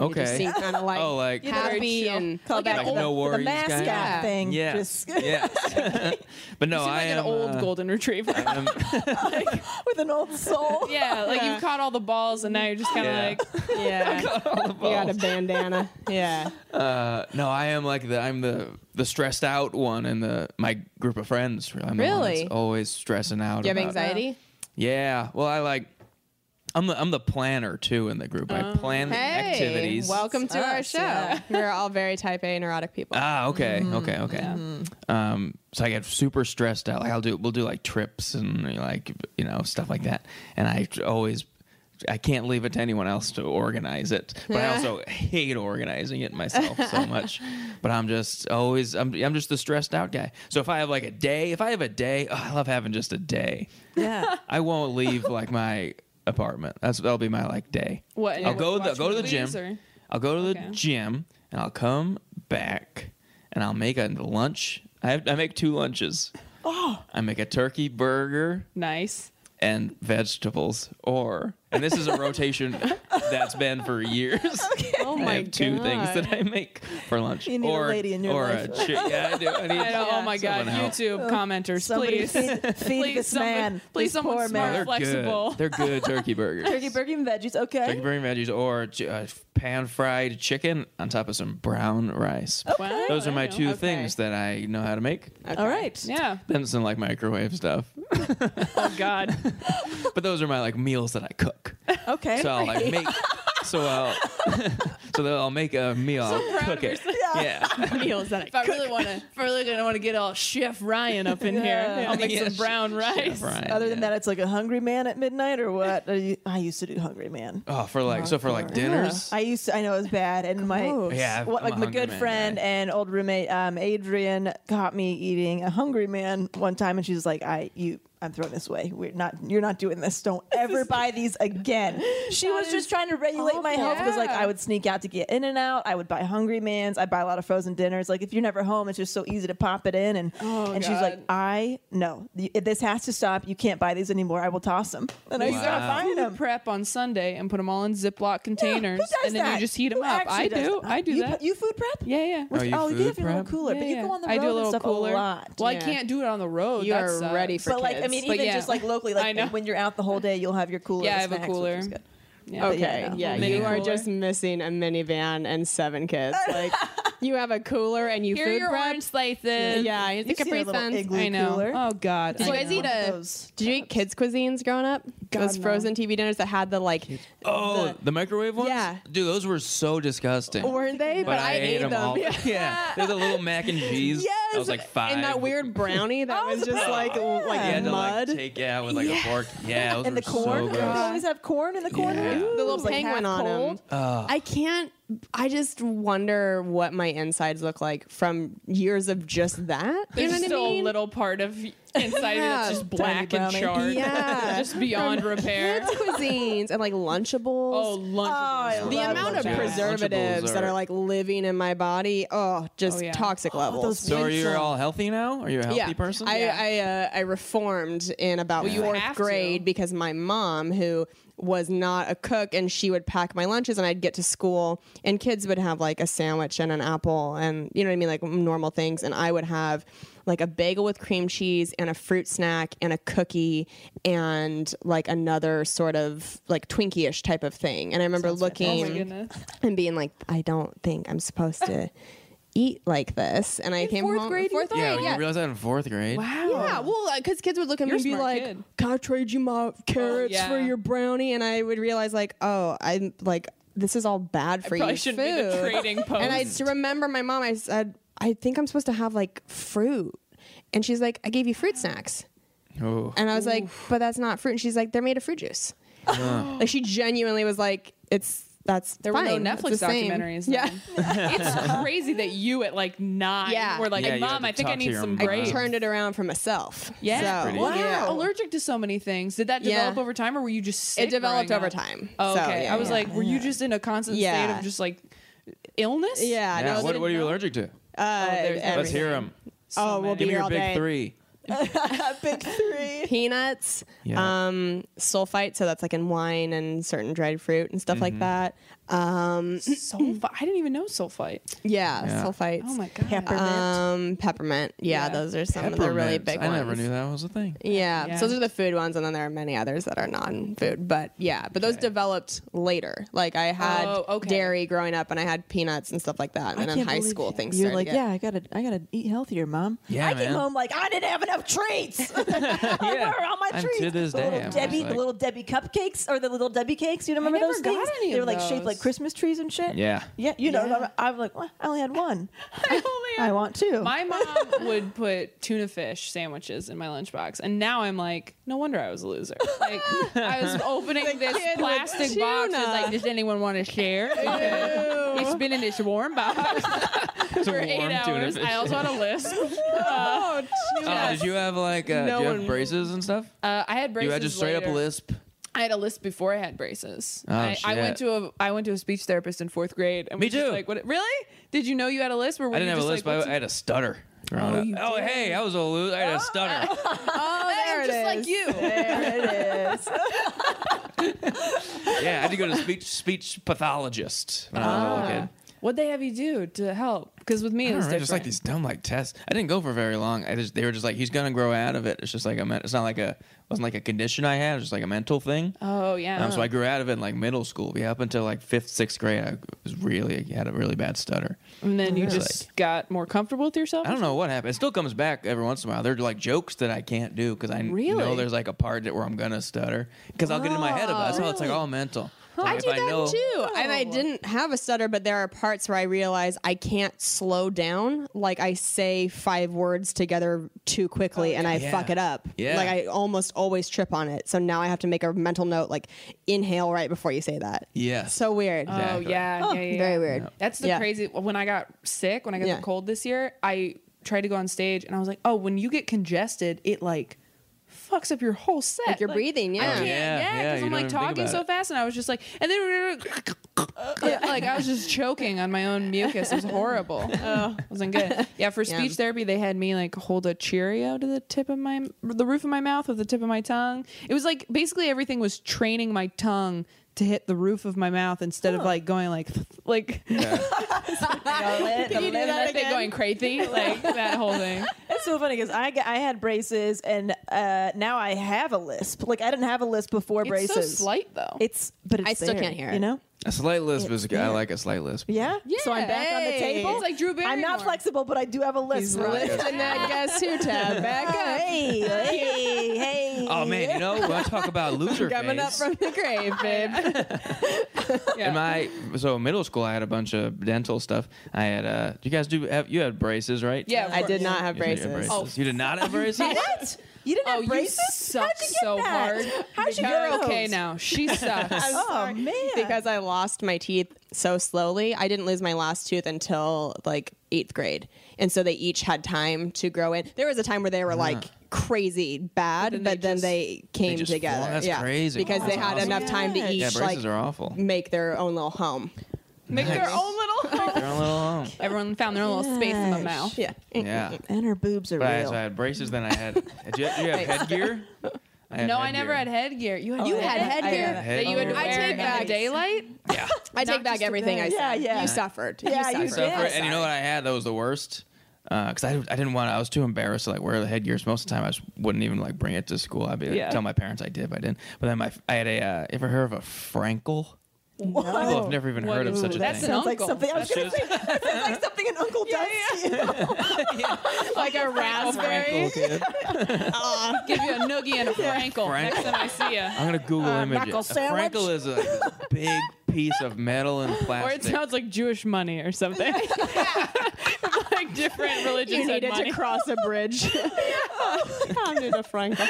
okay. You just seem kind of like oh, like happy and Call back like to the, no to the worries guy. mascot Yeah. thing. yeah, Just yeah. but no, You seem I like am an old uh, golden retriever. I'm- with an old soul. yeah. Like you caught all the balls and now you're just kind of like Yeah. yeah. you got a bandana. Yeah, Uh, no, I am like the I'm the the stressed out one in the my group of friends. I'm the one that's Really? always stressing out. you have about- anxiety. Yeah. Well, I like. I'm the I'm the planner too in the group. I plan the Hey, activities. welcome to our Us, show. yeah. We're all very type A neurotic people. Ah, okay, okay, okay. Um, so I get super stressed out. Like I'll do, we'll do like trips and like you know stuff like that. And I always, I can't leave it to anyone else to organize it. But I also hate organizing it myself so much. But I'm just always, I'm, I'm just the stressed out guy. So if I have like a day, if I have a day, oh, I love having just a day. Yeah. I won't leave like my apartment. That's that'll be my like day. What, and I'll you go watch the, go to the gym. movies, or- I'll go to the Okay. gym and I'll come back and I'll make a lunch. I have, I make two lunches. Oh. I make a turkey burger nice. and vegetables, or and this is a rotation that's been for years. Oh I have two things that I make for lunch. You need a or, lady in your or life. A chi- yeah, I do. I need, I know, oh my god, someone help. YouTube commenters, Somebody please. feed, feed please this someone, man. please this someone poor smart, They're man. flexible. good. They're good turkey burgers. Turkey burger and veggies. Okay. Turkey burger and veggies or ch- uh, pan fried chicken on top of some brown rice. Wow, Those are I my know. two things that I know how to make. All right. Yeah. Then some like microwave stuff. Oh God. But those are my like meals that I cook. Okay. So I'll like make so I'll so then I'll make a meal, I'll cook it. Yeah. Meals that I If I really want to, if I really gonna want to get all Chef Ryan up in here, I'll make Yeah, some sh- brown rice. Brian, Other than yeah. that, it's like a hungry man at midnight or what? Are you- I used to do hungry man. Oh, for like so for like dinners. I used to, I know it was bad, and my Yeah, I'm what, a like my Hungry good Man friend guy. and old roommate, um, Adrian, caught me eating a hungry man one time, and she was like, "I you." I'm throwing this away. We're not. You're not doing this. Don't ever buy these again. She was just trying to regulate my health because, like, I would sneak out to get in and out. I would buy Hungry Man's. I buy a lot of frozen dinners. Like, if you're never home, it's just so easy to pop it in. And and she's like, I no, th- this has to stop. You can't buy these anymore. I will toss them. And I stopped buying Food them. prep on Sunday and put them all in Ziploc Yeah, who containers, does and then that? you just heat them Who up. actually I does do. that? I do you, that. You food prep? yeah, yeah. What's- Oh, you oh, you food have your own prep? cooler, but Yeah, you yeah. go on the road I do a and little stuff cooler. a lot. Well, I Yeah. can't do it on the road. uh, You That are sucks. ready for but like, I mean, kids. But even yeah. just like locally, I like know. when you're out the whole day, you'll have your cooler. Yeah, I of have a snacks, which cooler. is good. Yeah. But Okay, no. yeah, Mini you are cooler. just missing a minivan and seven kids. Like, you have a cooler and you Here are food your prep. orange slices. Yeah, You've it's a seen Capri a little Suns. igloo I know. cooler. Oh God. Did you I guys know. eat a? Those Did you eat kids cuisines growing up? Those no. frozen TV dinners that had the like, oh, the, microwave ones? Yeah. Oh, Dude, those were so disgusting. weren't they? but, I, ate them. all. Yeah. They're the little mac and cheese. Yes, I was like five. And that weird brownie that was just like l- like You had to like mud. take yeah with like a fork. Yeah, those and were the corn. so Did you gross. always have corn in the corner. Yeah. Ooh, the it little was, like, penguin half on cold. him. I can't. I just wonder what my insides look like from years of just that. You There's know what I still mean? a little part of inside Yeah. that's just black and brownie. charred. Yeah. just beyond repair. kids cuisines and like Lunchables. Oh, lunch. I the love amount of Lunchables. preservatives Lunchables that are- are like living in my body, oh, just Oh, yeah. toxic levels. those So are you Winslow. all healthy now? Are you a healthy yeah, person? I I, uh, I reformed in about you have fourth to. grade because my mom, who was not a cook, and she would pack my lunches, and I'd get to school, and kids would have like a sandwich and an apple, and you know what I mean, like normal things, and I would have like a bagel with cream cheese and a fruit snack and a cookie and like another sort of like Twinkie-ish type of thing. And I remember Oh, looking and being like, I don't think I'm supposed to eat like this. And I came fourth home grade, you fourth were- Yeah, grade. you realize that in fourth grade. Yeah, well, because kids would look at You're a me and be smart like, kid. "Can I trade you my carrots yeah. for your brownie?" And I would realize, like, "Oh, I'm like, this is all bad for probably you." shouldn't be the trading And I post. just remember my mom. I said, "I think I'm supposed to have like fruit," and she's like, "I gave you fruit snacks," Oh. and I was like, "But that's not fruit." And she's like, "They're made of fruit juice." like she genuinely was like, "It's." That's There fine. were no It's Netflix the same." documentaries. Yeah, then. it's crazy that you at like nine Yeah. were like, Yeah, you had "Mom, to I think I talk to need your some mom. grapes." Wow. turned it around for myself. Yeah, so, wow. yeah. Allergic to so many things. Did that Yeah. develop over time, or were you just sick It developed growing over up? time. Oh, So, okay, yeah, I was yeah. like, were you just in a constant state Yeah. of just like illness? Oh, Yeah, Yeah, no, what, what are you allergic to? Uh, Let's hear them. oh, we'll be Give me here all your big day. three. Big three. Peanuts, Yeah. um, sulfite, so that's like in wine and certain dried fruit and stuff Mm-hmm. like that. Um, Sulfite. I didn't even know sulfite. yeah, Yeah. sulfites. Oh my god. Peppermint. Um, peppermint. Yeah, those are some of the really Peppermint. big I ones. never knew that was a thing. Yeah. Yeah. so those are the food ones, and then there are many others that are non-food. But yeah, but those developed later. Like I had Oh, okay. dairy growing up, and I school, and I had peanuts and stuff like that, and then can't high believe school you- things. You're started like, to get- yeah, I gotta, I gotta eat healthier, mom. Yeah, I came man. home like I didn't have enough treats. like, Where are all my And treats? to this the day, little I'm just Debbie, the like- little Debbie cupcakes or the little Debbie cakes. You remember never those got things? any they of were like shaped those. like Christmas trees and shit. Yeah. Yeah, you know, I was like, well, I only had one. I had- want two. My mom would put tuna fish sandwiches in my lunchbox, and now I'm like, no wonder I was a loser. Like I was opening this plastic box. It's like, does anyone want to share? Because it's been in this warm box It's a for eight warm tuna hours. fish. I also had a list. Uh, Oh, did you have like uh, No do you have one- braces and stuff? uh, I had braces. you had just straight later. up lisp. I had a list before I had braces. Oh, I, I went shit. to a I went to a speech therapist in fourth grade. And Me was just too. Like, what, really? Did you know you had a list? Or were I didn't you have a just lisp. Like, but what's- I had a stutter. Oh, oh hey, I was a loser. I had a stutter. Oh, there I'm it just like is. you. There it is. yeah, I had to go to speech speech pathologist when I was a little kid. What'd they have you do to help? Because with me, I it don't was know, just like different. these dumb like tests. I didn't go for very long. I just they were just like he's gonna grow out of it. It's just like a men- it's not like a wasn't like a condition I had. It was just like a mental thing. Oh yeah. Um, so I grew out of it in like middle school. Yeah, up until like fifth, sixth grade, I was really had a really bad stutter. Mm. and then you just got more comfortable with yourself. I don't know what happened. It still comes back every once in a while. They're like jokes that I can't do because I Really? know there's like a part that where I'm gonna stutter because I'll get in my head about it. So it's like all mental. It's like, I if do that too. And I didn't have a stutter, but there are parts where I realize I can't slow down. Like I say five words together too quickly and I fuck it up. Yeah. Like I almost always trip on it. So now I have to make a mental note like inhale right before you say that. Yes. So weird. Oh Exactly. yeah, yeah, yeah, Very yeah. weird. That's the Yeah. crazy. When I got sick, when I got Yeah. the cold this year, I tried to go on stage and I was like, oh, when you get congested, it like fucks up your whole set. Like you're breathing, I yeah. can't, Yeah, yeah, yeah, because you I'm don't like even think talking about so it. fast, and I was just like, and then uh, like I was just choking on my own mucus. It was horrible. Oh, wasn't good. Yeah, for speech therapy, they had me like hold a Cheerio to the tip of my the roof of my mouth with the tip of my tongue. It was like basically everything was training my tongue to hit the roof of my mouth instead of like going like like Can you do that thing going crazy like that whole thing. It's so funny because I, got- I had braces and uh, now I have a lisp. Like I didn't have a lisp before It's braces. so slight though. It's but it's I still there, can't hear it. You know? A slight lisp is I like a slight lisp. Yeah. So I'm back on the Hey. table. It's like Drew I'm not Barrymore. flexible, but I do have a lisp. Lifting that guess who tab back Oh, up. hey, hey, hey. Oh man, you know when I talk about loser Coming up phase. from the grave, babe. in my so in middle school, I had a bunch of dental stuff. I had uh, you guys do have you had braces right? yeah, of I course. did not have You didn't braces. have You did not have braces. What? You didn't Oh, have you braces? suck How'd you get so that? hard. How'd you You're get okay those? now. She sucks. Oh man. Because I lost my teeth so slowly. I didn't lose my last tooth until like eighth grade. And so they each had time to grow in. There was a time where they were like crazy bad, but then, they, came just together. formed. That's yeah. crazy. Because they That's had awesome. enough time to each yeah, braces like are awful. make their own little home. Make their own little home. They're a little long. Everyone found their own little space in the mouth. Yeah. Yeah. and her boobs are But I, real. so I had braces. Then I had. Did you, did you have headgear? I had No, I never headgear. had headgear. You had You had headgear. that you had to I wear take in back- the daylight. Yeah. I take Not back just a everything I bed. said. Yeah, yeah. You suffered. Yeah, you you I did. suffered. suffered, and you know what I had that was the worst? because I, I didn't want I was too embarrassed to like wear the headgears most of the time I just wouldn't even like bring it to school I'd be like, Yeah. tell my parents I did but I didn't but then my I had a uh, ever heard of a Frankel What? Oh. People have never even heard of such a that thing sounds like something. I was going to say, that sounds like something an uncle does to you. like a raspberry. Frankel, kid. Give you a noogie and a Frankel next Frankel. time I see you. I'm gonna Google Uh, image it knuckle a sandwich? Frankel is a big piece of metal and Or it plastic sounds like Jewish money or something. like different religions You had needed money. to cross a bridge. Under the Frankel.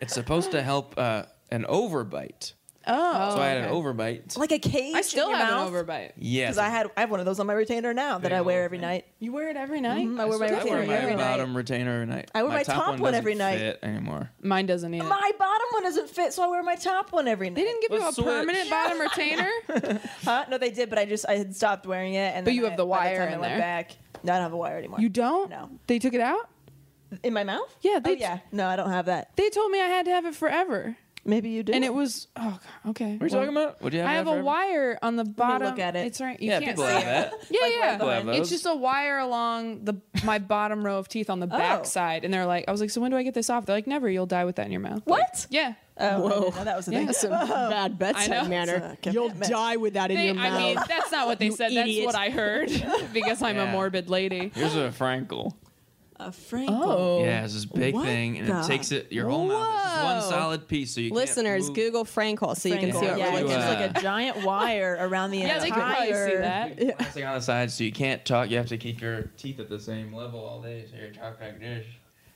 it's supposed to help uh, an overbite Oh, so I had an overbite like a cage. I still in your have an mouth? overbite. Yes. because I had I have one of those on my retainer now that I wear every night. You wear it every night. Mhm, I wear my I wear retainer my every night. bottom retainer every night I wear my top one doesn't every night. fit anymore Mine doesn't either. My bottom one doesn't fit, so I wear my top one every night. They didn't give you a Let's switch. permanent bottom retainer. huh? No, they did, but I just I had stopped wearing it. And But then you have I- the by wire time in I went there. Back, no, I don't have a wire anymore. You don't? No. They took it out? in my mouth? Yeah, they oh, yeah. No, I don't have that. They told me I had to have it forever. Maybe you do. And it was oh god, okay. what are you talking about what do you have I have that a forever? wire on the bottom. look at it. It's right. You yeah can't people see have it. that Yeah, yeah. people have it's those. just a wire along the my bottom row of teeth on the Oh. back side, and they're like, I was like, so when do I get this off? They're like, never. You'll die with that in your mouth. Like, what? yeah. Oh, Whoa, that was the thing. That's some bad I know. bedside manner. You'll die with that in They, your I mouth. mean, that's not what they said. idiot. That's what I heard because I'm a Yeah. morbid lady. Here's a Frankel. A Frankel. Oh. Yeah, it's this big What thing, and the- it takes it your whole mouth. It's just one Whoa. solid piece, so you can't Listeners, move. Google Frankel so you can Frankel. see what yeah, really it's is. just like a giant wire around the entire. Yeah, they could probably see that. Plastic on the side, so you can't talk. You have to keep your teeth at the same level all day, so you're talking like this.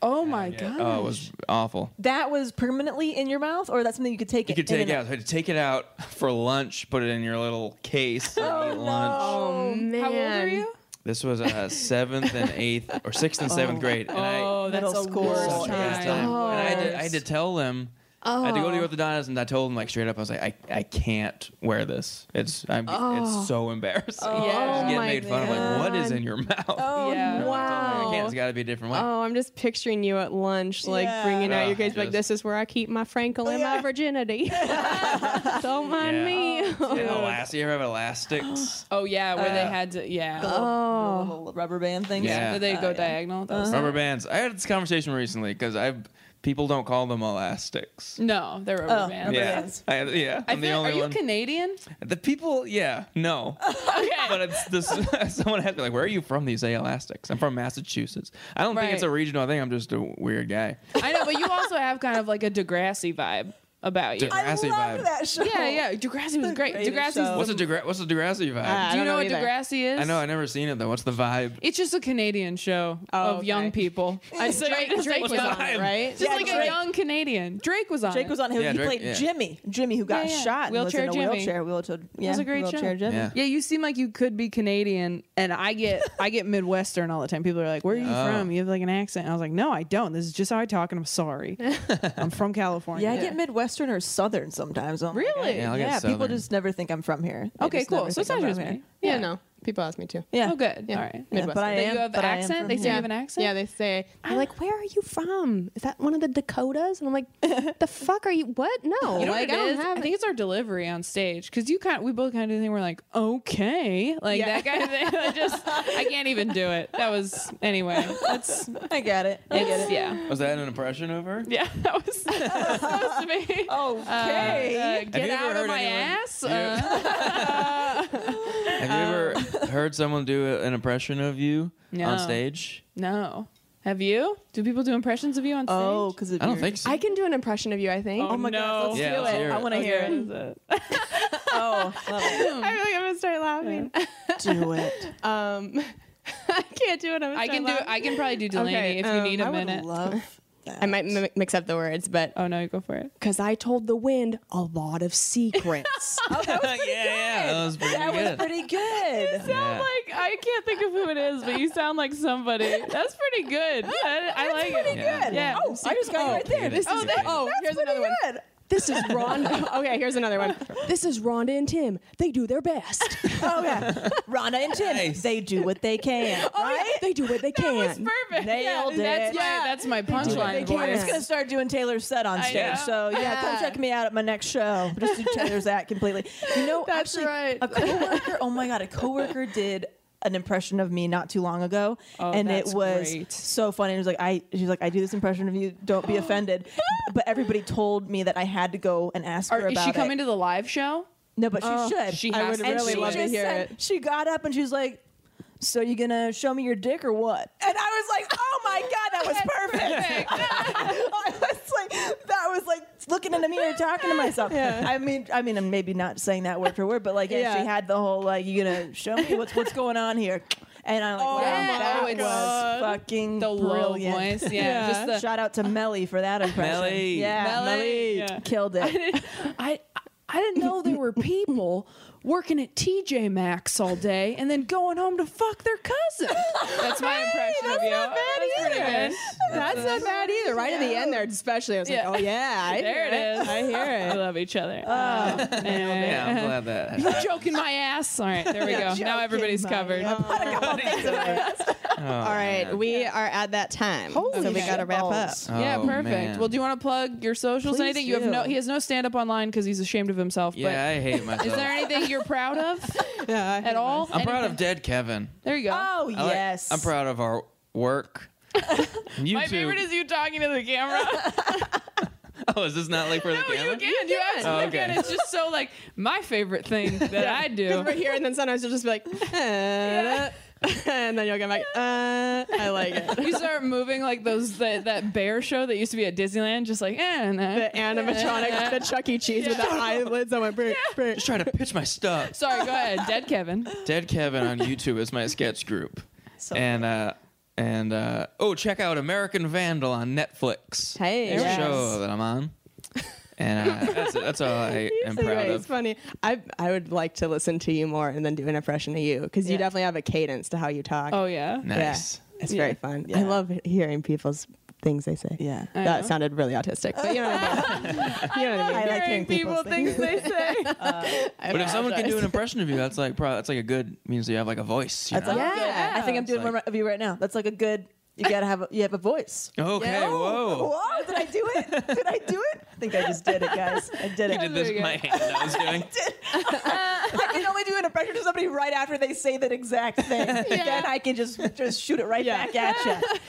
Oh my god. Yeah. Oh, it was awful. That was permanently in your mouth, or that's something you could take You it. could in take and it out. I had to take it out for lunch. Put it in your little case. and eat lunch. Oh, man. How old are you? This was uh, seventh and eighth, or sixth and seventh grade, and I. Oh, that's Middle a school. worst Oh, Such a bad time. time. And I had, to, I had to tell them. I had to go to Oh. the orthodontist, and I told them like straight up, I was like, I, I can't wear this. It's I'm it's so embarrassing. Oh Oh, Just get my made fun of. Like, what is in your mouth? Oh, Yeah. No, it's all like, I wow. can't. It's got to be a different way. Oh, I'm just picturing you at lunch, like Yeah. bringing out Ugh, your kids, like just- this is where I keep my Frankel and my virginity. Don't mind Yeah. me. And elas- you ever have elastics? Oh yeah, where they had to Uh, yeah. the little, the little rubber band thing. Yeah. Uh-huh. So they go diagonal. That was- Rubber bands. I had this conversation recently because I people don't call them elastics. No, they're rubber Oh, bands. rubber yeah, bands. I, yeah. I I'm the feel- only are you one. Canadian? the people, yeah, no. Okay. but it's this. someone asked me like, "Where are you from?" These say elastics. I'm from Massachusetts. I don't think it's Right. a regional thing. I'm just a weird guy. I know, but you also have kind of like a Degrassi vibe about you. Degrassi I love vibe. that show. yeah, yeah. Degrassi was great. greatest Degrassi's. show. What's a Degra- What's a Degrassi vibe? Ah. I do you know, don't know what either. Degrassi is? I know. I never seen it though. What's the vibe? It's just a Canadian show of okay. young people. I said Drake, Drake was on it, right? Just Yeah, like a Drake. young Canadian. Drake was on. Jake it. was on. He, Yeah, he Drake- played yeah. Jimmy. Jimmy who got Yeah, yeah. shot Wheelchair and was in a Jimmy. wheelchair. Wheelchair. Yeah, was a great wheelchair show. Jimmy. Yeah. Yeah, you seem like you could be Canadian, and I get I get Midwestern all the time. People are like, "Where are you Oh. from? You have like an accent." And I was like, "No, I don't. This is just how I talk, and I'm sorry. I'm from California." Yeah, I get Midwestern or Southern sometimes. Oh my God. Oh Really? Yeah, Yeah, I'll get people Southern. just never think I'm from here. They Okay, just cool. never So it's think not I'm just from me. here. Yeah, no. People ask me too. Yeah. Oh, good. Yeah. All right. Yeah, but I That am. you have but I am accent. from They say here. you have an accent. Yeah, they say they're like, "Where are you from? Is that one of the Dakotas?" And I'm like, "The fuck are you? What? No, You know like what it I don't is? have." I think it's our delivery on stage because you kind, we both kind of do the thing. We're like, okay, like that kind of thing. I just, I can't even do it. That was anyway. That's I get it. I get it's, it. yeah, Was that an impression of her? yeah. That was, that was supposed to be. Okay. Uh, get you ever out of heard my anyone- ass. You- Uh, Have you ever heard someone do a- an impression of you No. on stage? no. Have you? Do people do impressions of you on stage? Oh, because I don't think so. I can do an impression of you. I think. Oh, my no. god. Yeah, let's hear it. I want to hear it. Oh, love it. I feel like I'm gonna start laughing. do it. Um, I can't do it. I'm gonna I start can do. laughing. I can probably do Delaney Okay, if um, you need a I would minute. love that. I might mi- mix up the words, but oh no, you go for it. because I told the wind a lot of secrets. yeah, yeah, that was pretty That was good. pretty good. sound like I can't think of who it is, but you sound like somebody. That's pretty good. I, I like it. pretty Yeah. good. Yeah. Oh, I just got it right there. This Oh, is that- oh, that's here's pretty another one. good. this is Rhonda. Okay, here's another one. This is Rhonda and Tim. They do their best. Oh yeah, Rhonda and Tim. They do what they can. Oh, right? They do what they That's can. perfect. Nailed yeah, That's it. my, Yeah. that's my They punchline can. I'm just gonna voice. start doing Taylor's set on know. stage. So yeah, come check me out at my next show. Just do Taylor's act completely. You know, That's actually, right. a coworker. Oh my god, a coworker did an impression of me not too long ago, Oh, and that's it was great. so funny. It was like I, she's like, I do this impression of you. Don't be offended. but everybody told me that I had to go and ask her Or is about she it. coming to the live show? No, but she Oh, should. she I has would to. really she love to just hear said- She got up and she's like, "So you gonna show me your dick or what?" And I was like, "Oh my god, that was perfect!" I was like, "That was like looking in the mirror, talking to myself." I mean, I mean, I'm maybe not saying that word for word, but like, yeah, Yeah. she had the whole like, "You gonna show me what's what's going on here?" And I'm like, Oh wow, my that was God. fucking The low brilliant. voice, yeah, Yeah. just the- Shout out to Melly for that impression. Melly. Yeah, Melly. Melly. Yeah. Killed it. I I didn't know there were people working at TJ Maxx all day and then going home to fuck their cousin. That's my impression of you. That's pretty good. That's not bad either. Right at the end there, especially, I was Yeah. like, oh yeah, I There hear it is. I We hear it. love each other. Oh, Yeah, I'm glad that. happened. You joking my ass? All right, there we go. Now everybody's covered. Oh, All right, we are at that time, so we shit got to wrap balls. up. Oh, yeah, perfect. man. Well, do you want to plug your socials? Please anything? You have no. do. He has no stand up online because he's ashamed of himself. yeah, I hate But myself. is there anything you're proud of Yeah, I at all? I'm proud Anything? of Dead Kevin. There you go. Oh I like- yes, I'm proud of our work. YouTube. My favorite is you talking to the camera. Oh, is this not like for the No, you camera? can. You, absolutely Oh, okay. can. It's just so like my favorite thing that I do. We're here, and then sometimes you'll just be like, uh, and then you'll come back. Uh, I like it. You start moving like those that, that bear show that used to be at Disneyland, just like eh, nah. The animatronic, the Chuck E. Cheese with the eyelids on my brick. Just trying to pitch my stuff. Sorry, go ahead, Dead Kevin. Dead Kevin on YouTube is my sketch group. So- and uh and uh oh, check out American Vandal on Netflix. Hey, It's a yes. show that I'm on. And uh, that's it. that's all I am proud It's of. funny. I I would like to listen to you more and then do an impression of you because you definitely have a cadence to how you talk. Oh yeah. Nice. Yeah, it's very fun. I love hearing people's things they say. Yeah. that sounded really autistic, but you know what I mean. you know what I mean. I like hearing people people's things they say. But if someone can do an impression of you, that's like pro- that's like a good means that you have like a voice. you That's like, know? yeah. I think I'm doing like- one of you right now. That's like a good. You gotta have a, you have a voice. Okay, whoa. Whoa! Did I do it? Did I do it? I think I just did it, guys. I did You it. did this with my hand I was doing. I can only do an impression of somebody right after they say that exact thing. Then I can just just shoot it right back at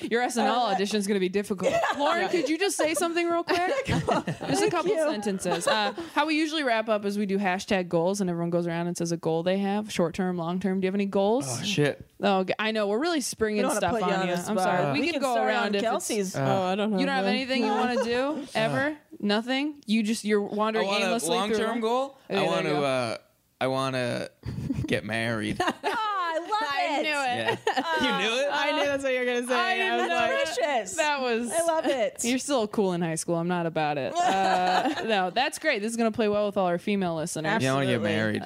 you. Your Uh, SNL audition is going to be difficult. Lauren, could you just say something real quick? just a couple you. sentences. Uh, how we usually wrap up is we do hashtag goals, and everyone goes around and says a goal they have, short term, long term. Do you have any goals? Oh shit. Oh, g- I know we're really We springing don't want to stuff put you on on you. the I'm spot. sorry. We, can, go start around on if it's- Kelsey's. oh, I don't know. You don't have anything you want to do ever? Nothing? You just you're I wandering want a aimlessly long term through. goal. Yeah, there I want you to. go. Uh, I want to get married. I love it. Yeah. you knew it. I knew that's what you were gonna say. I didn't was know like, That's precious. That was I love it. You're still cool in high school. I'm not about it. Uh, no, that's great. This is gonna play well with all our female listeners. Yeah, I want to get married.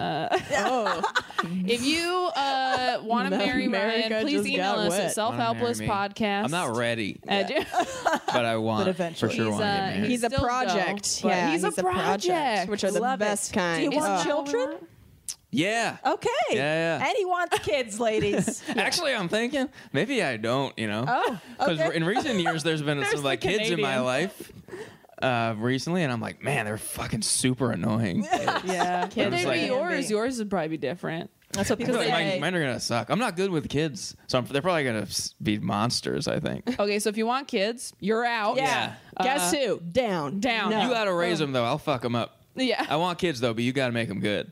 If you uh, want to No, marry Marion, America please just email got us at wet. Wanna marry me. selfhelplesspodcast. I'm not ready, at- but I want. But eventually. for sure want to get uh, married. He's a Still project. dough, but yeah, he's a project. which are the Love it. best kind. Do you want children? yeah. Okay. Yeah, yeah. And he wants kids, ladies. Actually, I'm thinking maybe I don't. You know. Oh. Because okay. in recent years, there's been some like the kids in my Canadian. life. Uh, recently, and I'm like, man, they're fucking super annoying. yeah, Kids They'd like- be yours. Yours would probably be different. That's what people Like, mine, say. mine are gonna suck. I'm not good with kids, so I'm, they're probably gonna s- be monsters. I think. Okay, so if you want kids, you're out. Yeah. Guess who? Uh, Down. Down. You gotta raise them though. I'll fuck them up. Yeah. I want kids though, but you gotta make them good.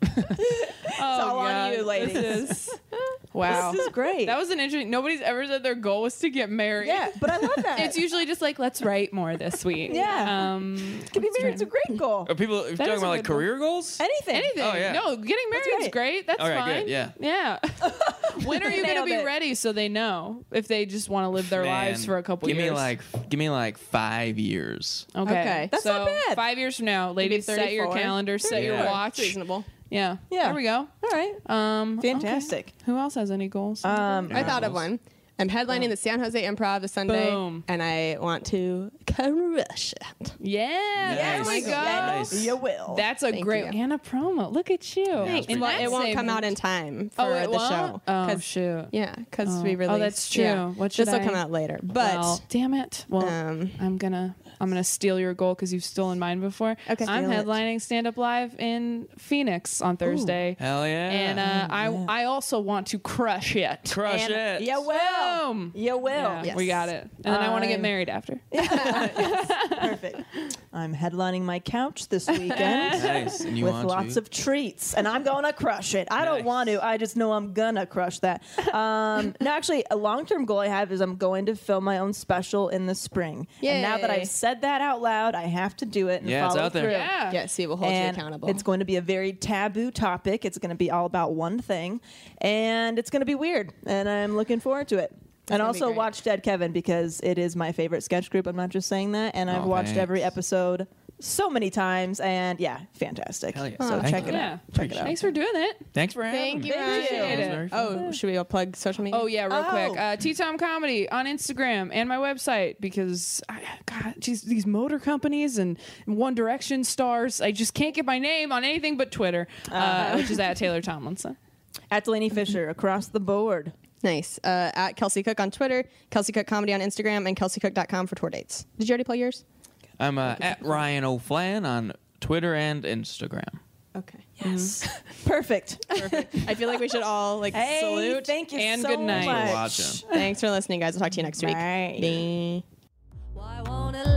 it's all on you, ladies. This is, Oh, wow. This is great. That was an interesting. Nobody's ever said their goal was to get married. yeah, but I love that. It's usually just like let's write more this week. Yeah. Um. to be married. It's a great goal. Are people if you're That talking is a about like good one. career goals? Anything. Anything. Oh, yeah. No, getting married is great. great. That's All right, fine. good, yeah. Yeah. when are you going to Nailed be it. ready so they know if they just want to live their lives Man, for a couple give years? me like give me like five years. okay. Okay. That's so not bad. Five years from now, ladies, set your 34. calendar, set your 34. watch. Reasonable. Yeah. Yeah. There we go. All right. Um. okay. Fantastic. Who else has any goals? Um, I thought of one. I'm headlining the San Jose Improv this Sunday, Boom. and I want to crush it. yeah. Oh There Nice. we go. Nice. You will. oh That's a Thank great you. and a promo. Look at you. Thanks. And Well, that's It won't come saved. out in time for Oh, it the won't? show. Oh, 'Cause- shoot. Yeah, because Oh. we Oh, released. that's true. yeah. What this should will come I- out later, but Well, damn it. Well, um, I'm gonna I'm gonna steal your goal because you've stolen mine before. Okay. I'm Steal it. headlining stand up live in Phoenix on Thursday. Hell yeah. And uh, I I also want to crush it. Crush And- it. Yeah, will. Boom. Yeah, will. Yeah, We got it. And then I want to get I'm- married after. Perfect. I'm headlining my couch this weekend. Nice. And you with want lots to? of treats, and I'm gonna crush it. I don't Nice. want to. I just know I'm gonna crush that. Um, no, actually, a long-term goal I have is I'm going to film my own special in the spring. And now that Yay. I've said that out loud, I have to do it. And Yeah, it's follow out there. through. Yeah. Yes, we will hold And you accountable. It's going to be a very taboo topic. It's going to be all about one thing, and it's going to be weird. And I'm looking forward to it. and gonna be also great. watch Dead Kevin because it is my favorite sketch group. I'm not just saying that. And I've Aw, watched Oh, thanks. every episode so many times, and yeah, fantastic. Hell yeah. So Aw, check thank it you. out. Yeah. Check it out. Thanks for doing it. Thanks for having Thank me. you. Ryan. Appreciate it. oh, should we all plug social media? Oh yeah, real Oh. quick. Uh, Tea Time Comedy on Instagram and my website because I, God, geez, these motor companies and One Direction stars, I just can't get my name on anything but Twitter, uh, which is at Taylor Tomlinson. At Delaney Fisher across the board. Nice. Uh, at Kelsey Cook on Twitter, Kelsey Cook Comedy on Instagram, and kelseycook.com for tour dates. Did you already plug yours? I'm uh, at Ryan O'Flan on Twitter and Instagram. Okay. Yes. Perfect. I feel like we should all like Hey, salute. thank you and so good night. much. Watch 'em. Thanks for listening, guys. We'll talk to you next week. Bye. Bye. Why won't it let